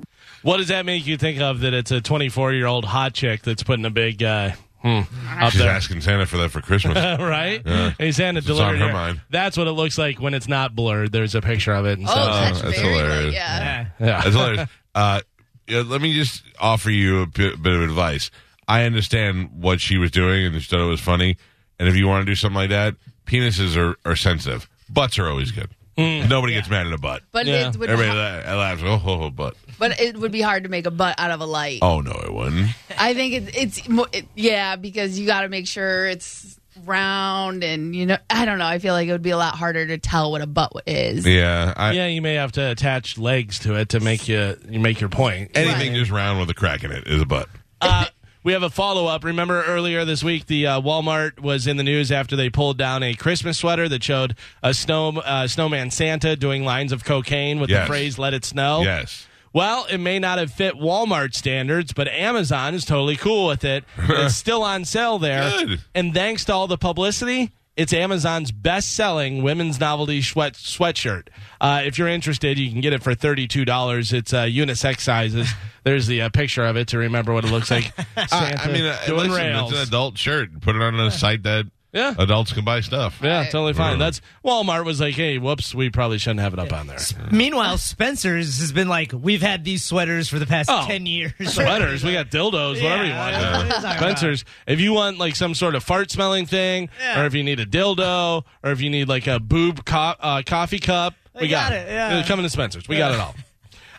Speaker 2: What does that make you think of? That it's a 24 year old hot chick that's putting a big uh, hmm, up
Speaker 1: She's
Speaker 2: there.
Speaker 1: asking Santa for that for Christmas.
Speaker 2: right?
Speaker 1: Yeah.
Speaker 2: Hey, Santa
Speaker 1: It's on
Speaker 2: delivered
Speaker 1: her
Speaker 2: here.
Speaker 1: mind.
Speaker 2: That's what it looks like when it's not blurred. There's a picture of it. And
Speaker 4: Oh,
Speaker 2: so-
Speaker 4: that's
Speaker 1: that's
Speaker 4: very, like,
Speaker 1: hilarious.
Speaker 4: yeah.
Speaker 2: Yeah.
Speaker 1: That's hilarious. Uh, yeah, let me just offer you a bi- bit of advice. I understand what she was doing and just thought it was funny. And if you want to do something like that, penises are, are sensitive. Butts are always good.
Speaker 2: Mm.
Speaker 1: Nobody gets mad at a butt.
Speaker 4: But Yeah. it would-
Speaker 1: everybody la- laughs. Oh, ho, ho, butt.
Speaker 4: But it would be hard to make a butt out of a light.
Speaker 1: Oh no, it wouldn't.
Speaker 4: I think it, it's mo- it, yeah because you got to make sure it's round and you know I don't know. I feel like it would be a lot harder to tell what a butt is.
Speaker 1: Yeah, I,
Speaker 2: yeah, you may have to attach legs to it to make you, you make your point.
Speaker 1: anything just round with a crack in it is a butt.
Speaker 2: Uh, we have a follow up. Remember earlier this week, the uh, Walmart was in the news after they pulled down a Christmas sweater that showed a snow uh, snowman Santa doing lines of cocaine with
Speaker 1: Yes.
Speaker 2: the phrase "Let it snow."
Speaker 1: Yes.
Speaker 2: Well, it may not have fit Walmart standards, but Amazon is totally cool with it. it's still on sale there,
Speaker 1: Good.
Speaker 2: and thanks to all the publicity. It's Amazon's best-selling women's novelty sweat sweatshirt. Uh, if you're interested, you can get it for thirty-two dollars. It's uh, unisex sizes. There's the uh, picture of it to remember what it looks like.
Speaker 3: "Oh,
Speaker 1: I, I
Speaker 2: Santa
Speaker 1: mean, uh,
Speaker 2: doing
Speaker 1: listen,
Speaker 2: rails.
Speaker 1: it's an adult shirt. Put it on a site that
Speaker 2: Yeah.
Speaker 1: adults can buy stuff.
Speaker 2: yeah, totally fine. That's Walmart was like, "Hey, whoops, we probably shouldn't have it up on there."
Speaker 3: Meanwhile, Spencer's has been like, we've had these sweaters for the past
Speaker 2: Oh,
Speaker 3: 10 years.
Speaker 2: Sweaters, we got dildos, whatever you want.
Speaker 3: Yeah, that's what I'm talking about.
Speaker 2: Spencer's. If you want like some sort of fart smelling thing, or if you need a dildo, or if you need like a boob co- uh, coffee cup, we,
Speaker 3: got it, yeah.
Speaker 2: Coming to Spencer's, we got it all.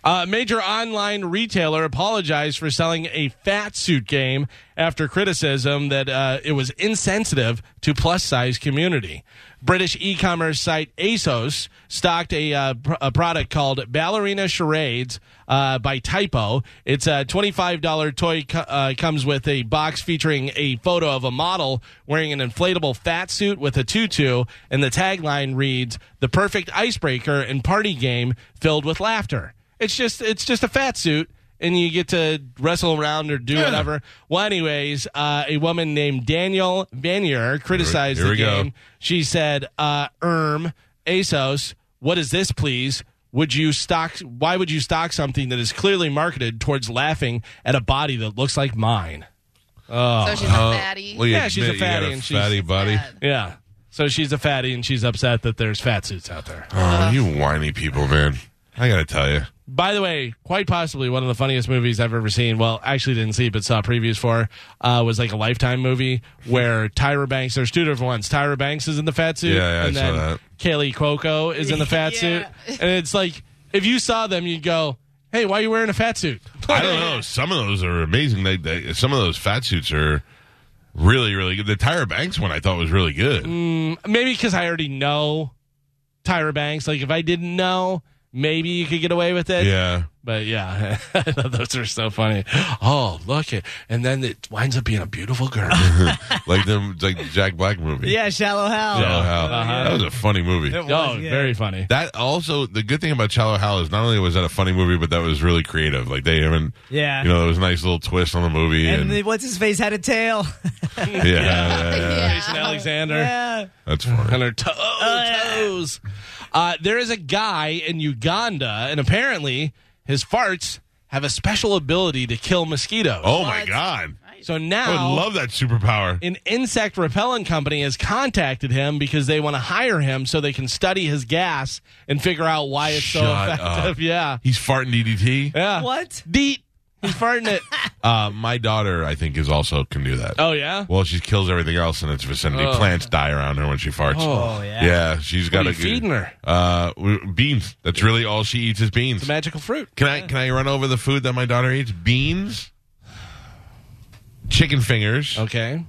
Speaker 2: A major online retailer apologized for selling a fat suit game after criticism that uh, it was insensitive to plus size community. British e-commerce site ASOS stocked a, uh, pr- a product called Ballerina Charades uh, by Typo. It's a $25 toy co- uh, comes with a box featuring a photo of a model wearing an inflatable fat suit with a tutu, and the tagline reads, "The perfect icebreaker and party game filled with laughter." It's just it's just a fat suit, and you get to wrestle around or do whatever. Well, anyways, uh, a woman named Danielle Vanier criticized
Speaker 1: Here we-
Speaker 2: the
Speaker 1: here we go.
Speaker 2: game. She said, uh, "Erm, ASOS, what is this, please?" Would you stock? Why would you stock something that is clearly marketed towards laughing at a body that looks like mine? Oh.
Speaker 4: So she's a fatty.
Speaker 1: Uh-huh. Uh, Well, you
Speaker 2: Yeah, she's a
Speaker 1: admit you got
Speaker 2: fatty and she's-
Speaker 1: fatty body.
Speaker 2: Yeah. So she's a fatty and she's upset that there's fat suits out there.
Speaker 1: Oh, you whiny people, man. I got to tell you.
Speaker 2: By the way, quite possibly one of the funniest movies I've ever seen. Well, actually didn't see, but saw previews for. Uh, was like a Lifetime movie where Tyra Banks. There's two different ones. Tyra Banks is in the fat suit,
Speaker 1: Yeah, yeah, I
Speaker 2: and
Speaker 1: saw
Speaker 2: then
Speaker 1: that.
Speaker 2: Kaylee Cuoco is in the fat
Speaker 4: Yeah.
Speaker 2: suit. And it's like if you saw them, you'd go, "Hey, why are you wearing a fat suit?"
Speaker 1: I don't know. Some of those are amazing. They, they, some of those fat suits are really, really good. The Tyra Banks one I thought was really good.
Speaker 2: Mm, maybe because I already know Tyra Banks. Like if I didn't know, maybe you could get away with it.
Speaker 1: Yeah.
Speaker 2: But yeah, I thought those are so funny. Oh, look it, and then it winds up being a beautiful girl.
Speaker 1: like them, like the Jack Black movie.
Speaker 3: Yeah, Shallow Hal.
Speaker 1: Shallow Hal. That was a funny movie.
Speaker 3: It was,
Speaker 2: oh,
Speaker 3: yeah.
Speaker 2: very funny.
Speaker 1: That also, the good thing about Shallow Hal is not only was that a funny movie, but that was really creative. Like they even,
Speaker 3: Yeah.
Speaker 1: you know, there was a nice little twist on the movie.
Speaker 3: and
Speaker 1: And,
Speaker 3: the, what's his face had a tail.
Speaker 1: yeah, yeah, yeah.
Speaker 2: Jason Alexander
Speaker 3: yeah.
Speaker 1: that's funny.
Speaker 2: and her to- oh,
Speaker 3: Oh,
Speaker 2: toes. Uh, there is a guy in Uganda, and apparently his farts have a special ability to kill mosquitoes.
Speaker 1: Oh my god,
Speaker 2: So
Speaker 1: I
Speaker 2: now
Speaker 1: would love that superpower.
Speaker 2: an insect repellent company has contacted him because they want to hire him so they can study his gas and figure out why it's so
Speaker 1: Shut
Speaker 2: effective.
Speaker 1: up.
Speaker 2: Yeah.
Speaker 1: He's farting DDT.
Speaker 2: Yeah.
Speaker 3: What?
Speaker 2: Deet. He's farting it.
Speaker 1: Uh, my daughter, I think, is also can do that.
Speaker 2: oh, yeah? Oh,
Speaker 1: Well, she kills everything else in its vicinity. Plants die around her when she farts.
Speaker 3: Oh, yeah.
Speaker 1: Yeah, she's got
Speaker 2: are
Speaker 1: a
Speaker 2: you feeding her?
Speaker 1: Uh, w- beans. That's really all she eats is beans.
Speaker 2: It's a magical fruit.
Speaker 1: Can I can I run over the food that my daughter eats? Beans, chicken fingers,
Speaker 2: Okay.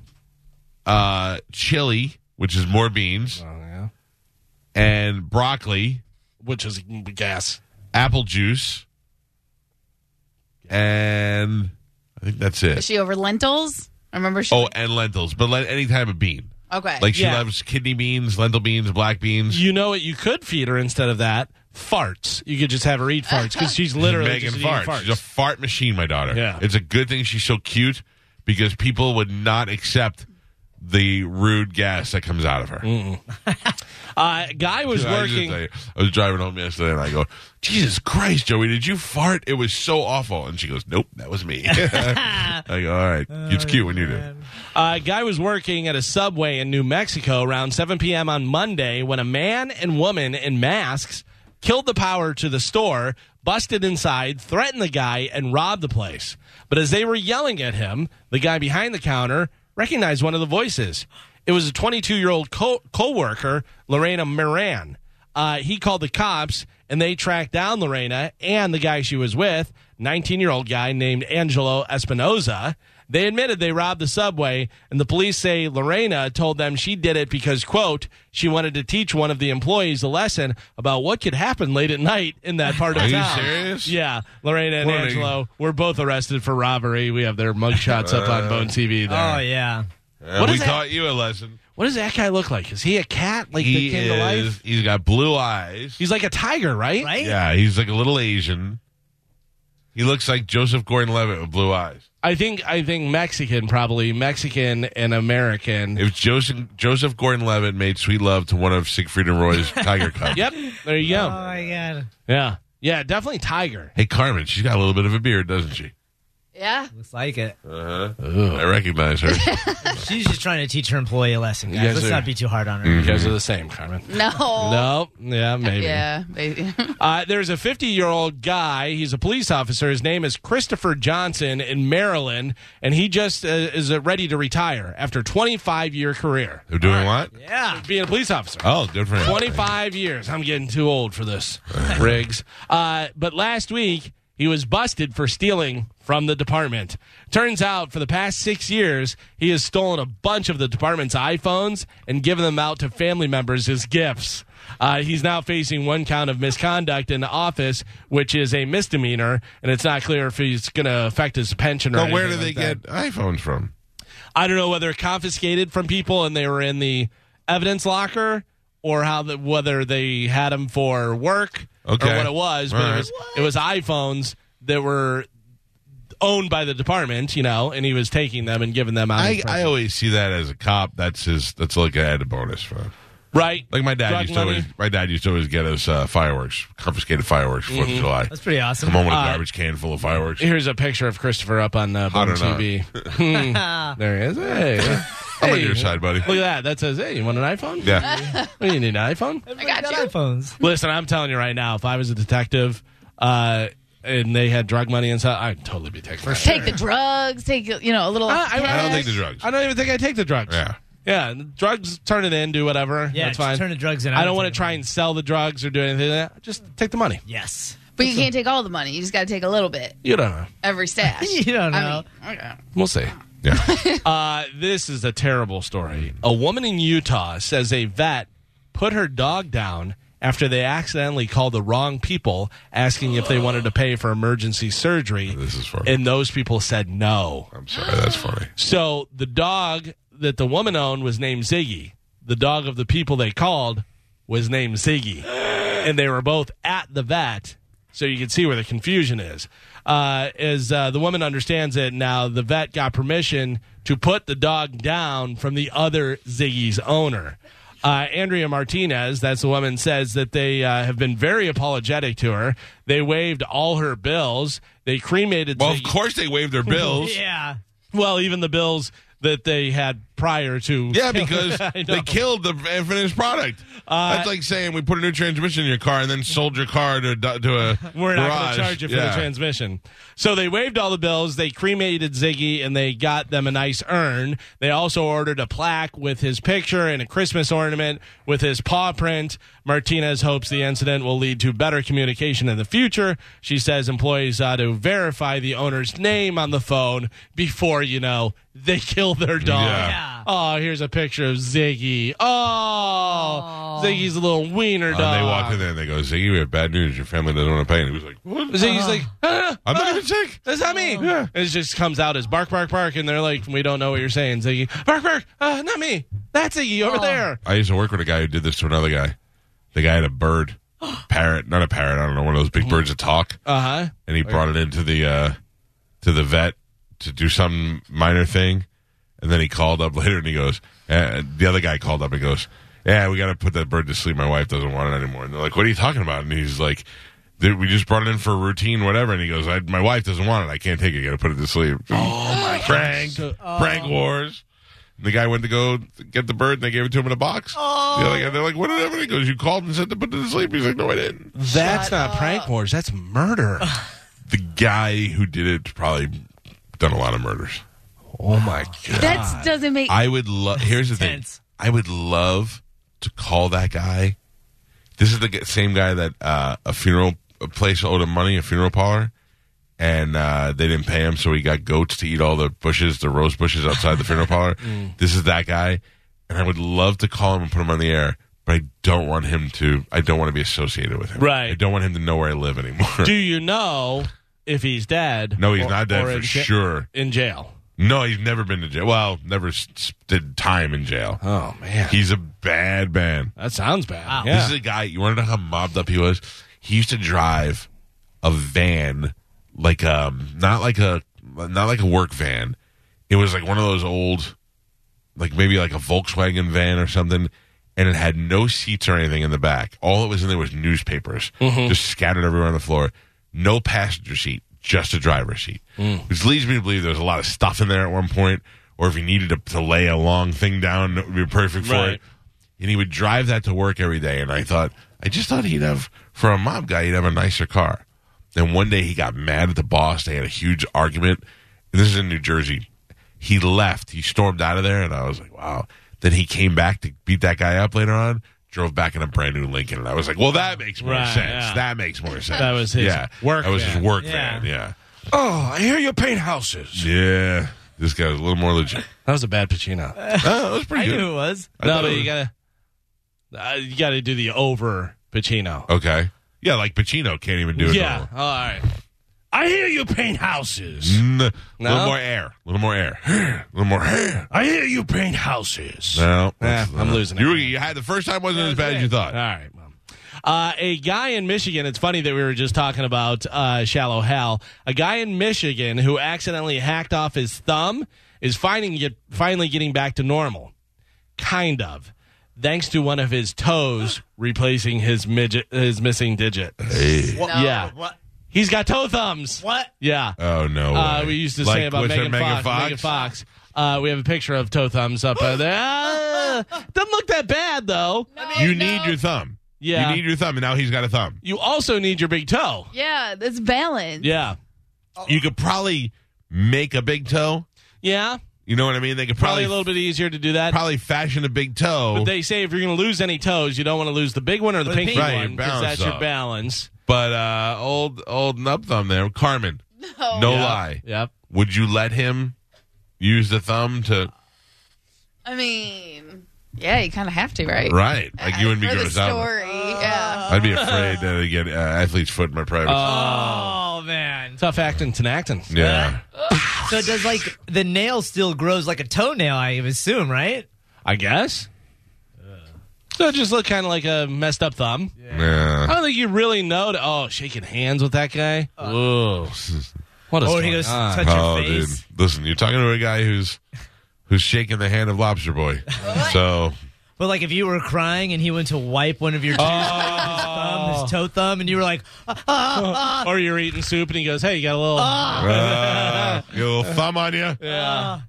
Speaker 1: uh, chili, which is more beans,
Speaker 2: Oh, yeah.
Speaker 1: and broccoli,
Speaker 2: Which is gas.
Speaker 1: apple juice, and I think that's
Speaker 4: Is
Speaker 1: it.
Speaker 4: she over lentils? I remember she.
Speaker 1: Oh, and lentils, but let, any type of bean.
Speaker 4: Okay.
Speaker 1: Like she
Speaker 2: Yeah.
Speaker 1: loves kidney beans, lentil beans, black beans.
Speaker 2: You know what you could feed her instead of that? Farts. You could just have her eat farts because she's literally
Speaker 1: Megan
Speaker 2: just eating
Speaker 1: farts. She's a fart machine, my daughter.
Speaker 2: Yeah.
Speaker 1: It's a good thing she's so cute because people would not accept the rude gas that comes out of her.
Speaker 2: Uh, guy was
Speaker 1: I just
Speaker 2: working.
Speaker 1: tell you, I was driving home yesterday, and I go, "Jesus Christ, Joey, did you fart? It was so awful." And she goes, "Nope, that was me." I go, "All right,
Speaker 2: Oh,
Speaker 1: it's cute when you do."
Speaker 2: Uh, A guy was working at a subway in New Mexico around 7 p.m. on Monday when a man and woman in masks killed the power to the store, busted inside, threatened the guy, and robbed the place. But as they were yelling at him, the guy behind the counter recognized one of the voices. It was a 22 year old co worker, Lorena Moran. Uh, he called the cops, and they tracked down Lorena and the guy she was with, 19 year old guy named Angelo Espinoza. They admitted they robbed the subway, and the police say Lorena told them she did it because, quote, she wanted to teach one of the employees a lesson about what could happen late at night in that part of
Speaker 1: Are you
Speaker 2: town.
Speaker 1: serious?
Speaker 2: Yeah. Lorena and
Speaker 1: Warning.
Speaker 2: Angelo were both arrested for robbery. We have their mugshots up on Bone TV there.
Speaker 3: Oh yeah.
Speaker 1: Uh,
Speaker 2: What
Speaker 1: we
Speaker 2: is that-
Speaker 1: taught you a lesson.
Speaker 2: What does that guy look like? Is he a cat like
Speaker 1: he
Speaker 2: that came to life?
Speaker 1: is. He's got blue eyes.
Speaker 2: He's like a tiger, right?
Speaker 3: Right?
Speaker 1: Yeah, he's like a little Asian. He looks like Joseph Gordon-Levitt with blue eyes.
Speaker 2: I think I think Mexican probably Mexican and American.
Speaker 1: If Joseph Joseph Gordon-Levitt made sweet love to one of Siegfried and Roy's tiger cubs,
Speaker 2: Yep, there you
Speaker 3: Oh
Speaker 2: go.
Speaker 3: my god.
Speaker 2: Yeah, yeah, definitely tiger.
Speaker 1: Hey Carmen, she's got a little bit of a beard, doesn't she?
Speaker 4: yeah.
Speaker 3: Looks like it.
Speaker 2: Uh-huh.
Speaker 1: Uh huh. I recognize her.
Speaker 3: She's just trying to teach her employee a lesson, guys.
Speaker 2: Yes,
Speaker 3: Let's
Speaker 2: sir.
Speaker 3: not be too hard on her.
Speaker 1: Mm-hmm.
Speaker 2: You guys are the same, Carmen.
Speaker 4: No.
Speaker 2: No, yeah, maybe.
Speaker 4: Oh. Yeah. Maybe.
Speaker 2: Uh, there's a 50 year old guy. He's a police officer. His name is Christopher Johnson in Maryland, and he just uh, is uh, ready to retire after 25 year career
Speaker 1: They're doing what?
Speaker 3: Yeah.
Speaker 2: being a police officer.
Speaker 1: Oh, good for him.
Speaker 2: 25 years. I'm getting too old for this, Riggs. Uh, but last week, he was busted for stealing from the department. Turns out, for the past six years, he has stolen a bunch of the department's iPhones and given them out to family members as gifts. Uh, he's now facing one count of misconduct in office, which is a misdemeanor, and it's not clear if he's going to affect his pension or
Speaker 1: Now, where do
Speaker 2: anything
Speaker 1: they
Speaker 2: like that.
Speaker 1: get iPhones from?
Speaker 2: I don't know whether confiscated from people and they were in the evidence locker or how the, whether they had them for work
Speaker 1: Okay.
Speaker 2: or what it was. But
Speaker 1: All
Speaker 2: it
Speaker 1: right.
Speaker 2: was it was iPhones that were owned by the department, you know, and he was taking them and giving them out.
Speaker 1: I,
Speaker 2: in front
Speaker 1: I
Speaker 2: of-
Speaker 1: always see that as a cop. That's his. That's like an added bonus for him.
Speaker 2: right.
Speaker 1: Like my dad
Speaker 2: Drug
Speaker 1: used to
Speaker 2: money.
Speaker 1: always. My dad used to always get us uh, fireworks, confiscated fireworks for Fourth of July.
Speaker 3: That's pretty awesome.
Speaker 1: Come home with a
Speaker 2: Mm-hmm. Uh,
Speaker 1: garbage can full of fireworks.
Speaker 2: Here's a picture of Christopher up on uh,
Speaker 1: Hot
Speaker 2: Bone
Speaker 1: or not.
Speaker 2: TV. Hmm. there he is. Hey.
Speaker 1: I'm on
Speaker 2: Hey.
Speaker 1: your side, buddy.
Speaker 2: Look at that. That says, hey, you want an iPhone?
Speaker 1: Yeah,
Speaker 2: What do you need an iPhone?
Speaker 4: I got you.
Speaker 3: iPhones.
Speaker 2: Listen, I'm telling you right now, if I was a detective uh, and they had drug money inside, I'd totally be taking. For
Speaker 4: Take the drugs. Take you know a little.
Speaker 1: I don't
Speaker 4: cash.
Speaker 1: take the drugs.
Speaker 2: I don't even think I take the drugs.
Speaker 1: Yeah.
Speaker 2: Yeah, and drugs. Turn it in. Do whatever.
Speaker 3: Yeah,
Speaker 2: that's
Speaker 3: just
Speaker 2: fine.
Speaker 3: turn the drugs in.
Speaker 2: I don't
Speaker 3: would
Speaker 2: want to
Speaker 3: take
Speaker 2: try and sell the drugs or do anything. Like that. Just take the money.
Speaker 3: them. Yes.
Speaker 4: But you can't take all the money. You just got to take a little bit
Speaker 2: You don't know.
Speaker 4: every stash.
Speaker 3: You don't know.
Speaker 4: I mean, okay.
Speaker 2: We'll see.
Speaker 1: yeah.
Speaker 2: Uh, this is a terrible story. A woman in Utah says a vet put her dog down after they accidentally called the wrong people asking if they wanted to pay for emergency surgery.
Speaker 1: This is funny.
Speaker 2: And those people said no.
Speaker 1: I'm sorry, that's funny.
Speaker 2: So the dog that the woman owned was named Ziggy. The dog of the people they called was named Ziggy. And they were both at the vet, so you can see where the confusion is. Uh, as uh, the woman understands it now, the vet got permission to put the dog down from the other Ziggy's owner. Uh, Andrea Martinez, that's the woman, says that they uh, have been very apologetic to her. They waived all her bills. They cremated
Speaker 1: Well, of
Speaker 2: Ziggy.
Speaker 1: course they waived their bills.
Speaker 3: Yeah.
Speaker 2: Well, even the bills that they had prior to.
Speaker 1: Yeah, because
Speaker 2: I know.
Speaker 1: they killed the finished product.
Speaker 2: Uh,
Speaker 1: That's like saying we put a new transmission in your car and then sold your car to a, du- to a
Speaker 2: We're not going
Speaker 1: garage.
Speaker 2: to charge you for
Speaker 1: Yeah.
Speaker 2: the transmission. So they waived all the bills. They cremated Ziggy and they got them a nice urn. They also ordered a plaque with his picture and a Christmas ornament with his paw print. Martinez hopes the incident will lead to better communication in the future. She says employees ought to verify the owner's name on the phone before, you know, they kill their dog.
Speaker 1: Yeah.
Speaker 3: Yeah.
Speaker 2: Oh, here's a picture of Ziggy. Oh, Ziggy's a little wiener dog.
Speaker 1: And Uh, they walked in there and they go, Ziggy, we have bad news. Your family doesn't want to pay. And he was like, what?
Speaker 2: Ziggy's like,
Speaker 1: I'm not even sick.
Speaker 2: That's not me. It just comes out as bark, bark, bark, and they're like, we don't know what you're saying. Ziggy, bark, bark, uh, not me. That's Ziggy
Speaker 3: Oh.
Speaker 2: over there.
Speaker 1: I used to work with a guy who did this to another guy. The guy had a bird, parrot, not a parrot. I don't know, one of those big birds that talk.
Speaker 2: Uh huh.
Speaker 1: and he brought it into the uh, to the vet to do some minor thing, and then he called up later and he goes, uh, the other guy called up and goes, yeah, we got to put that bird to sleep. My wife doesn't want it anymore. And they're like, what are you talking about? And he's like, "Dude, we just brought it in for a routine, whatever. And he goes, I, my wife doesn't want it. I can't take it. Got to put it to sleep. Oh my prank,
Speaker 3: Oh.
Speaker 1: prank wars. And the guy went to go get the bird, and they gave it to him in a box. The other guy, they're like, "What happened?" He goes, "You called and said to put it to sleep." He's like, "No, I didn't."
Speaker 2: That's not prank wars. That's murder.
Speaker 1: the guy who did it probably done a lot of murders.
Speaker 2: Oh my god!
Speaker 4: That doesn't make.
Speaker 1: I would love. Here's the
Speaker 3: intense.
Speaker 1: thing. I would love to call that guy. This is the g- same guy that uh, a funeral a place owed him money, a funeral parlor, and uh, they didn't pay him, so he got goats to eat all the bushes, the rose bushes outside the funeral parlor.
Speaker 2: Mm.
Speaker 1: This is that guy, and I would love to call him and put him on the air, but I don't want him to. I don't want to be associated with him.
Speaker 2: Right.
Speaker 1: I don't want him to know where I live anymore.
Speaker 2: Do you know if he's dead?
Speaker 1: no, he's
Speaker 2: or-
Speaker 1: not dead
Speaker 2: or
Speaker 1: for
Speaker 2: in ja-
Speaker 1: sure.
Speaker 2: In jail.
Speaker 1: No, he's never been to jail. Well, never s- s- did time in jail.
Speaker 2: Oh man,
Speaker 1: He's a bad man.
Speaker 2: that sounds bad.
Speaker 3: Wow.
Speaker 2: Yeah.
Speaker 1: This is a guy. You want to know how mobbed up he was? He used to drive a van, like um, not like a not like a work van. It was like one of those old, like maybe like a Volkswagen van or something, and it had no seats or anything in the back. All it was in there was newspapers, just scattered everywhere on the floor. No passenger seat, just a driver's seat, which leads me to believe there was a lot of stuff in there at one point. Or if you needed to, to lay a long thing down, it would be perfect for
Speaker 2: Right.
Speaker 1: it and he would drive that to work every day. And I thought, I just thought he'd have, for a mob guy, he'd have a nicer car. Then one day he got mad at the boss. They had a huge argument. And this is in New Jersey. He left. He stormed out of there, and I was like, wow. Then he came back to beat that guy up later on. Drove back in a brand new Lincoln, and I was like, well, that makes more
Speaker 2: Right,
Speaker 1: sense.
Speaker 2: yeah.
Speaker 1: That makes more sense.
Speaker 2: That was his
Speaker 1: yeah.
Speaker 2: work
Speaker 1: That was
Speaker 2: van.
Speaker 1: his work
Speaker 3: Yeah.
Speaker 1: van. Yeah.
Speaker 2: Oh, I hear you paint houses.
Speaker 1: Yeah. This guy was a little more legit.
Speaker 2: That was a bad Pacino.
Speaker 1: oh, that was
Speaker 3: I
Speaker 1: pretty good.
Speaker 3: knew it was.
Speaker 1: I
Speaker 2: no,
Speaker 1: thought
Speaker 2: but
Speaker 1: it
Speaker 2: you
Speaker 1: was-
Speaker 2: gotta, uh, you gotta do the over Pacino.
Speaker 1: Okay. Yeah, like Pacino can't even do it.
Speaker 2: yeah.
Speaker 1: normal.
Speaker 2: Oh, all right. I hear you paint houses.
Speaker 1: Mm, a
Speaker 2: No?
Speaker 1: little more air. A little more air. A little more air.
Speaker 2: I hear you paint houses.
Speaker 1: No,
Speaker 2: Eh,
Speaker 1: that's- uh,
Speaker 2: I'm losing it.
Speaker 1: You, you had the first time wasn't as bad as you thought.
Speaker 2: All right, mom. Uh, a guy in Michigan. It's funny that we were just talking about uh, shallow hell. A guy in Michigan who accidentally hacked off his thumb is finding get, finally getting back to normal, kind of, thanks to one of his toes replacing his midget, his missing digit. Yeah,
Speaker 3: What?
Speaker 2: he's got toe thumbs.
Speaker 3: What?
Speaker 2: Yeah.
Speaker 1: Oh no!
Speaker 2: Uh,
Speaker 1: way.
Speaker 2: we used to
Speaker 1: Like,
Speaker 2: say about
Speaker 1: what's her,
Speaker 2: Megan, Fox, Megan Fox. Uh, we have a picture of toe thumbs up uh, there. Ah, doesn't look that bad though.
Speaker 1: You need your thumb.
Speaker 2: Yeah.
Speaker 1: You need your thumb, and now he's got a thumb.
Speaker 2: You also need your big toe.
Speaker 4: Yeah, that's balance.
Speaker 2: Yeah.
Speaker 1: You could probably make a big toe.
Speaker 2: Yeah.
Speaker 1: You know what I mean? They could
Speaker 2: Probably
Speaker 1: probably
Speaker 2: a little bit easier to do that.
Speaker 1: probably fashion a big toe.
Speaker 2: But they say if you're going to lose any toes, you don't want to lose the big one or the pinky
Speaker 1: pinky one.
Speaker 2: one because
Speaker 1: Right,
Speaker 2: that's
Speaker 1: balance
Speaker 2: your
Speaker 1: up.
Speaker 2: balance.
Speaker 1: But, uh, old old nub thumb there, Carmen. No, lie.
Speaker 2: Yep.
Speaker 1: Would you let him use the thumb to
Speaker 4: I mean, yeah, you kind of have to, right?
Speaker 1: right? Like you and me
Speaker 4: For
Speaker 1: go
Speaker 4: the
Speaker 1: to
Speaker 4: story. yeah.
Speaker 1: I'd be afraid that I get uh, athlete's foot in my privates.
Speaker 3: Oh man.
Speaker 2: Tough acting, tenacting.
Speaker 1: yeah.
Speaker 3: So it does like the nail still grows like a toenail? I assume, right?
Speaker 2: I guess. So it just look kind of like a messed up thumb.
Speaker 1: Oh. Yeah.
Speaker 2: I don't think you really know. To, oh, shaking hands with that guy. Whoa. What Ah. is
Speaker 1: Oh,
Speaker 3: Or
Speaker 2: going
Speaker 3: Oh, he goes to
Speaker 2: on?
Speaker 3: touch your face.
Speaker 1: dude, listen, you're talking to a guy who's who's shaking the hand of Lobster Boy. so
Speaker 3: But like if you were crying and he went to wipe one of your tears, with his thumb, his toe thumb, and you were like,
Speaker 2: Oh.
Speaker 3: "Ah,
Speaker 2: or you're eating soup and he goes, "Hey, you got a little."
Speaker 1: uh, Ah, you got a little thumb on you.
Speaker 2: Uh,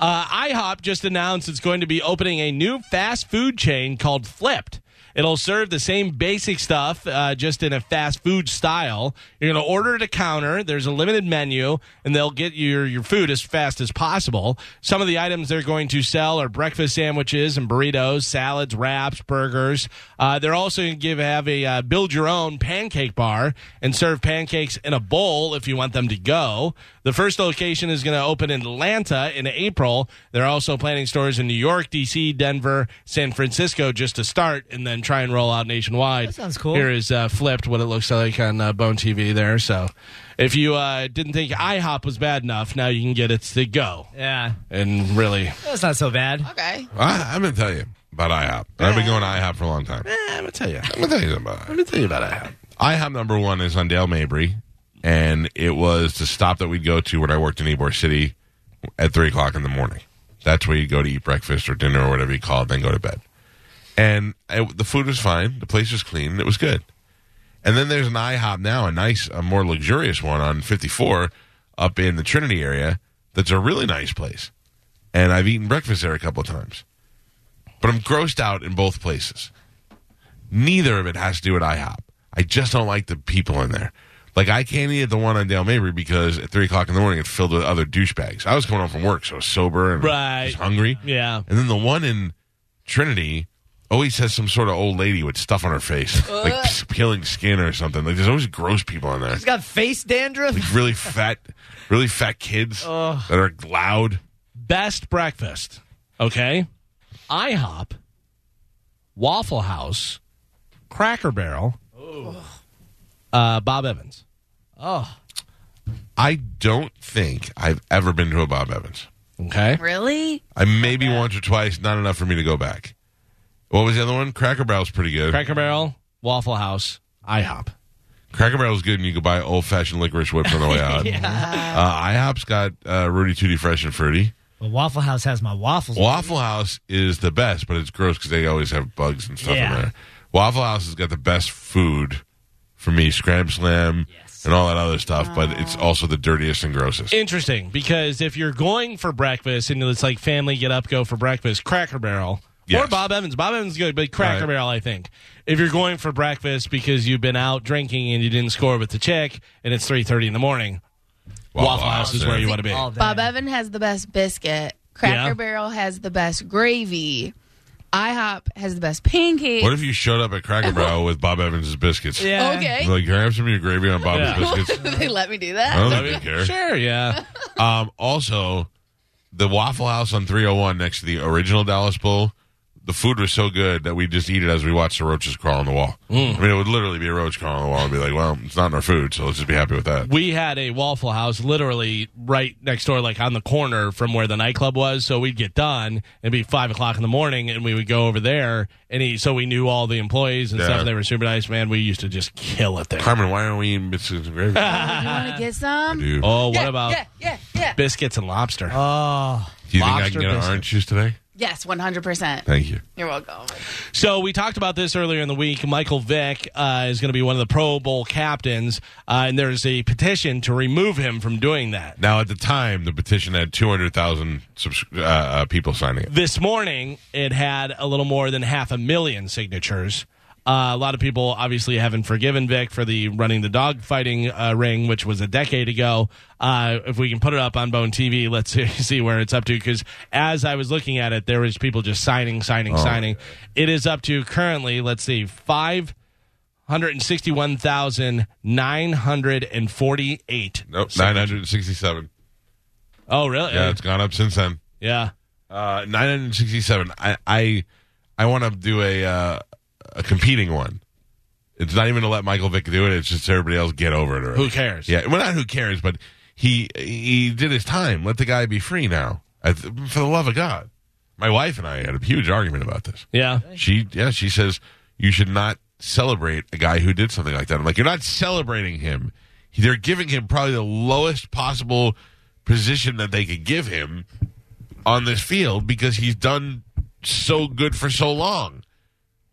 Speaker 2: IHOP just announced it's going to be opening a new fast food chain called Flipped. It'll serve the same basic stuff, uh, just in a fast food style. You're going to order at a counter. There's a limited menu, and they'll get your, your food as fast as possible. Some of the items they're going to sell are breakfast sandwiches and burritos, salads, wraps, burgers. Uh, they're also going to give have a uh, build your own pancake bar and serve pancakes in a bowl if you want them to go. The first location is going to open in Atlanta in April. They're also planning stores in New York, D.C., Denver, San Francisco just to start and then try and roll out nationwide. That
Speaker 3: sounds cool.
Speaker 2: Here is uh, flipped what it looks like on uh, Bone TV there. So if you uh, didn't think IHOP was bad enough, now you can get it to go.
Speaker 3: Yeah,
Speaker 2: And really,
Speaker 3: that's not so bad.
Speaker 4: Okay.
Speaker 1: I, I'm going to tell you about IHOP. I've been going to IHOP for a long time.
Speaker 2: I'm going to tell you.
Speaker 1: I'm going to tell you about IHOP.
Speaker 2: Let me tell you about IHOP.
Speaker 1: IHOP number one is on Dale Mabry, and it was the stop that we'd go to when I worked in Ybor City at three o'clock in the morning. That's where you'd go to eat breakfast or dinner or whatever you call it, then go to bed. And I, the food was fine, the place was clean, and it was good. And then there's an IHOP now, a nice, a more luxurious one on 54 up in the Trinity area. That's a really nice place, and I've eaten breakfast there a couple of times. But I'm grossed out in both places. Neither of it has to do with IHOP. I just don't like the people in there. Like I can't eat at the one on Dale Mabry because at three o'clock in the morning it's filled with other douchebags. I was coming home from work, so I was sober and
Speaker 2: Right.
Speaker 1: just hungry.
Speaker 2: Yeah.
Speaker 1: And then the one in Trinity always has some sort of old lady with stuff on her face, like p- peeling skin or something. Like there's always gross people in there,
Speaker 3: She's got face dandruff.
Speaker 1: like really fat, really fat kids that are loud.
Speaker 2: best breakfast. Okay, IHOP, Waffle House, Cracker Barrel, uh, Bob Evans.
Speaker 3: Oh,
Speaker 1: I don't think I've ever been to a Bob Evans.
Speaker 2: Okay,
Speaker 4: Really?
Speaker 1: I maybe once or twice, not enough for me to go back. What was the other one? Cracker Barrel's pretty good.
Speaker 2: Cracker Barrel, Waffle House, IHOP.
Speaker 1: Cracker Barrel's good, and you can buy old fashioned licorice whips on the way out. uh, IHOP's got uh, Rudy Tooty Fresh and Fruity.
Speaker 3: well, Waffle House has my waffles.
Speaker 1: Waffle House is the best, but it's gross because they always have bugs and stuff
Speaker 3: Yeah.
Speaker 1: in there. Waffle House has got the best food for me, Scram Slam and all that other stuff, but it's also the dirtiest and grossest.
Speaker 2: Interesting, because if you're going for breakfast and it's like family get up, go for breakfast, Cracker Barrel. Or
Speaker 1: Yes.
Speaker 2: Bob Evans. Bob Evans is good, but Cracker
Speaker 1: Right.
Speaker 2: Barrel, I think. If you're going for breakfast because you've been out drinking and you didn't score with the chick, and it's three thirty in the morning, Waffle, House is where you want to be.
Speaker 3: All day.
Speaker 4: Bob Evan has the best biscuit. Cracker
Speaker 2: Yeah.
Speaker 4: Barrel has the best gravy. IHOP has the best pancakes.
Speaker 1: What if you showed up at Cracker Barrel with Bob Evans' biscuits?
Speaker 3: Yeah.
Speaker 4: Okay.
Speaker 1: Like, can I have some of your gravy on Bob's
Speaker 2: Yeah.
Speaker 1: biscuits?
Speaker 4: they let me do that?
Speaker 1: I don't think they care.
Speaker 2: Sure, yeah.
Speaker 1: Um, also, the Waffle House on 301 next to the original Dallas Bowl, the food was so good that we just eat it as we watched the roaches crawl on the wall.
Speaker 2: Mm.
Speaker 1: I mean, it would literally be a roach crawling on the wall and be like, well, it's not in our food, so let's just be happy with that.
Speaker 2: we had a Waffle House literally right next door, like on the corner from where the nightclub was. So we'd get done, it'd be five o'clock in the morning, and we would go over there and eat. So we knew all the employees and
Speaker 1: Yeah.
Speaker 2: stuff. They were super nice, man. We used to just kill it there.
Speaker 1: Carmen, why aren't we eating biscuits and gravy?
Speaker 4: Oh, You want to get some?
Speaker 1: Dude,
Speaker 2: Oh, what
Speaker 4: yeah,
Speaker 2: about
Speaker 4: Yeah, yeah, yeah.
Speaker 2: biscuits and lobster?
Speaker 3: Oh,
Speaker 1: do you think I
Speaker 2: lobster
Speaker 1: can get an
Speaker 2: biscuit.
Speaker 1: orange juice today?
Speaker 4: Yes, 100%.
Speaker 1: Thank you.
Speaker 4: You're welcome.
Speaker 2: So we talked about this earlier in the week. Michael Vick uh, is going to be one of the Pro Bowl captains, uh, and there's a petition to remove him from doing that.
Speaker 1: Now, at the time, the petition had 200,000 subs- uh, uh, people signing it.
Speaker 2: This morning, it had a little more than half a million signatures. Uh, a lot of people obviously haven't forgiven Vic for the running the dog fighting uh, ring, which was a decade ago. Uh, if we can put it up on Bone TV, let's see, see where it's up to. Because as I was looking at it, there was people just signing, signing, signing. It is up to currently, let's see, five hundred and sixty-one thousand nine hundred and forty-eight.
Speaker 1: Nope, 967.
Speaker 2: Oh, really?
Speaker 1: Yeah, it's gone up since then.
Speaker 2: yeah.
Speaker 1: Uh, 967. I I, I want to do a uh, a competing one. It's not even to let Michael Vick do it. It's just everybody else get over it. Already.
Speaker 2: Who cares?
Speaker 1: Yeah, well, not who cares, but he he did his time. Let the guy be free now. I th- for the love of God, my wife and I had a huge argument about this.
Speaker 2: Yeah.
Speaker 1: She yeah, she says you should not celebrate a guy who did something like that. I'm like, you're not celebrating him. They're giving him probably the lowest possible position that they could give him on this field because he's done so good for so long.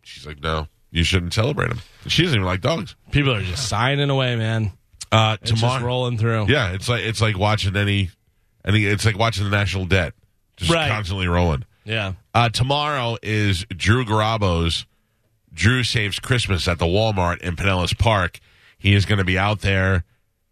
Speaker 1: She's like, no, you shouldn't celebrate him. She doesn't even like dogs.
Speaker 2: People are just signing away, man.
Speaker 1: Uh,
Speaker 2: It's just rolling through.
Speaker 1: yeah, it's like it's like watching any, any. It's like watching the national debt, just
Speaker 2: Right.
Speaker 1: constantly rolling.
Speaker 2: Yeah.
Speaker 1: Uh, tomorrow is Drew Garabo's Drew Saves Christmas at the Walmart in Pinellas Park. He is going to be out there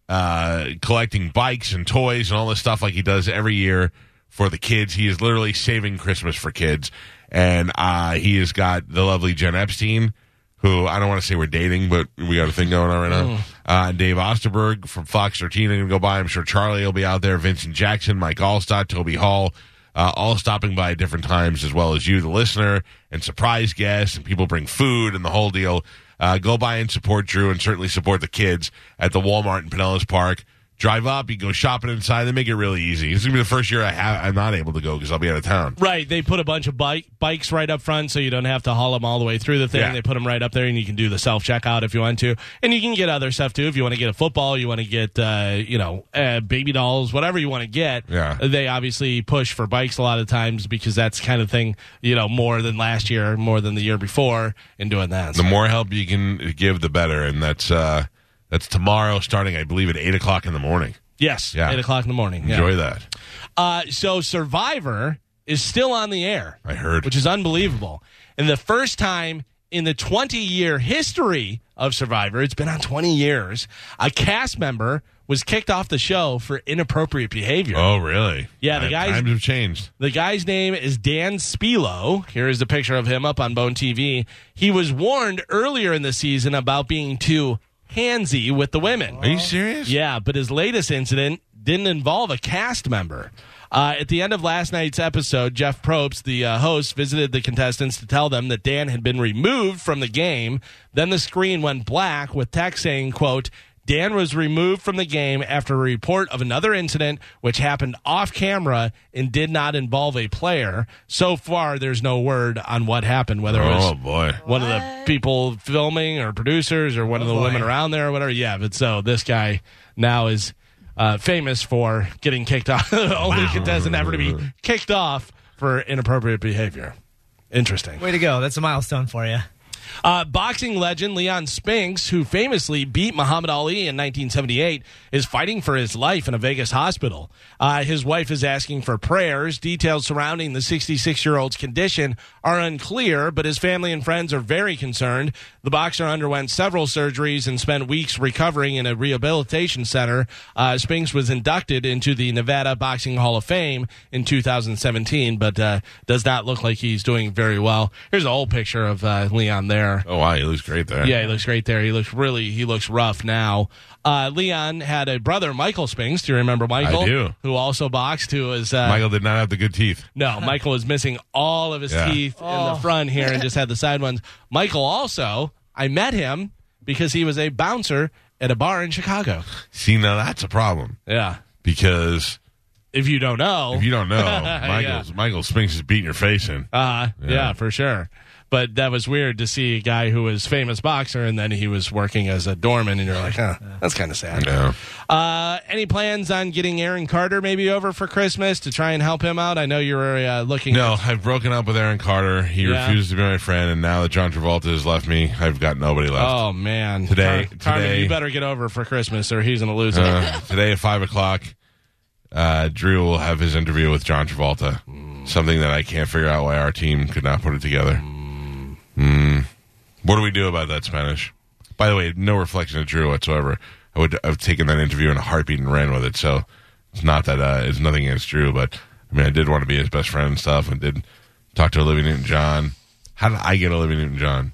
Speaker 1: uh, collecting bikes and toys and all this stuff like he does every year for the kids. He is literally saving Christmas for kids. And uh, he has got the lovely Jen Epstein, who I don't want to say we're dating, but we got a thing going on right now. Uh, Dave Osterberg from Fox 13 are going to go by. I'm sure Charlie will be out there. Vincent Jackson, Mike Allstott, Toby Hall, uh, all stopping by at different times, as well as you, the listener, and surprise guests, and people bring food and the whole deal. Uh, go by and support Drew and certainly support the kids at the Walmart in Pinellas Park. Drive up, you go shopping inside. They make it really easy. It's going to be the first year I have, I'm not able to go because I'll be out of town.
Speaker 2: Right. They put a bunch of bike bikes right up front, so you don't have to haul them all the way through the thing.
Speaker 1: Yeah.
Speaker 2: They put them right up there, and you can do the self checkout if you want to, and you can get other stuff too. If you want to get a football, you want to get uh, you know uh, baby dolls, whatever you want to get.
Speaker 1: Yeah.
Speaker 2: They obviously push for bikes a lot of times because that's kind of thing you know more than last year, more than the year before, in doing that.
Speaker 1: The more help you can give, the better. And that's uh, that's tomorrow, starting I believe at eight o'clock in the morning.
Speaker 2: Yes,
Speaker 1: Yeah.
Speaker 2: eight o'clock in the morning. yeah.
Speaker 1: Enjoy that.
Speaker 2: Uh, so Survivor is still on the air. I
Speaker 1: heard,
Speaker 2: which is unbelievable. And the first time in the 20 year history of Survivor, it's been on 20 years, a cast member was kicked off the show for inappropriate behavior.
Speaker 1: Oh, really?
Speaker 2: Yeah, the
Speaker 1: Time-
Speaker 2: guys-
Speaker 1: times have changed.
Speaker 2: The guy's name is Dan Spilo. Here is the picture of him up on Bone TV. He was warned earlier in the season about being too handsy with the women. Are
Speaker 1: you serious?
Speaker 2: Yeah, but his latest incident didn't involve a cast member. Uh, at the end of last night's episode, Jeff Probst, the uh, host, visited the contestants to tell them that Dan had been removed from the game. Then the screen went black with text saying, quote, Dan was removed from the game after a report of another incident which happened off camera and did not involve a player. So far, there's no word on what happened, whether it was
Speaker 1: Oh, boy.
Speaker 2: one of the people filming or producers or
Speaker 1: Oh,
Speaker 2: one of the women around there or whatever. Yeah, but so this guy now is uh, famous for getting kicked off, the only contestant ever to be kicked off for inappropriate behavior. Interesting.
Speaker 3: Way to go. That's a milestone for you.
Speaker 2: Uh, boxing legend Leon Spinks, who famously beat Muhammad Ali in 1978, is fighting for his life in a Vegas hospital. Uh, his wife is asking for prayers. Details surrounding the 66 year old's condition are unclear, but his family and friends are very concerned. The boxer underwent several surgeries and spent weeks recovering in a rehabilitation center. Uh, Spinks was inducted into the Nevada Boxing Hall of Fame in 2017, but uh, does not look like he's doing very well. Here's an old picture of uh, Leon there.
Speaker 1: Oh wow, he looks great there.
Speaker 2: Yeah, he looks great there. He looks really, he looks rough now. Uh, Leon had a brother, Michael Spinks. Do you remember Michael?
Speaker 1: do.
Speaker 2: Who also boxed, who was. Uh,
Speaker 1: Michael did not have the good teeth.
Speaker 2: no, Michael was missing all of his
Speaker 1: Yeah.
Speaker 2: teeth in the front here and just had the side ones. Michael also, I met him because he was a bouncer at a bar in Chicago.
Speaker 1: See, now that's a problem
Speaker 2: Yeah.
Speaker 1: because
Speaker 2: If you don't know.
Speaker 1: if you don't know,
Speaker 2: Yeah.
Speaker 1: Michael's Michael Spinks is beating your face in.
Speaker 2: Uh,
Speaker 1: Yeah.
Speaker 2: yeah. for sure. But that was weird to see a guy who was famous boxer and then he was working as a doorman, and you're like, huh, that's kind of sad.
Speaker 1: Yeah.
Speaker 2: Uh, any plans on getting Aaron Carter maybe over for Christmas to try and help him out? I know you were uh, looking.
Speaker 1: No, I've broken up with Aaron Carter. He
Speaker 2: Yeah.
Speaker 1: refused to be my friend, and now that John Travolta has left me, I've got nobody left.
Speaker 2: Oh man,
Speaker 1: Today-
Speaker 2: Car- Carter,
Speaker 1: today-
Speaker 2: you better get over for Christmas or he's gonna lose it.
Speaker 1: Uh, today at five o'clock, uh, Drew will have his interview with John Travolta.
Speaker 2: Mm.
Speaker 1: Something that I can't figure out why our team could not put it together. Mm. What do we do about that Spanish? By the way, no reflection of Drew whatsoever. I would have taken that interview in a heartbeat and ran with it. So it's not that uh, it's nothing against Drew, but I mean, I did want to be his best friend and stuff, and did talk to Olivia Newton John. How did I get Olivia Newton John?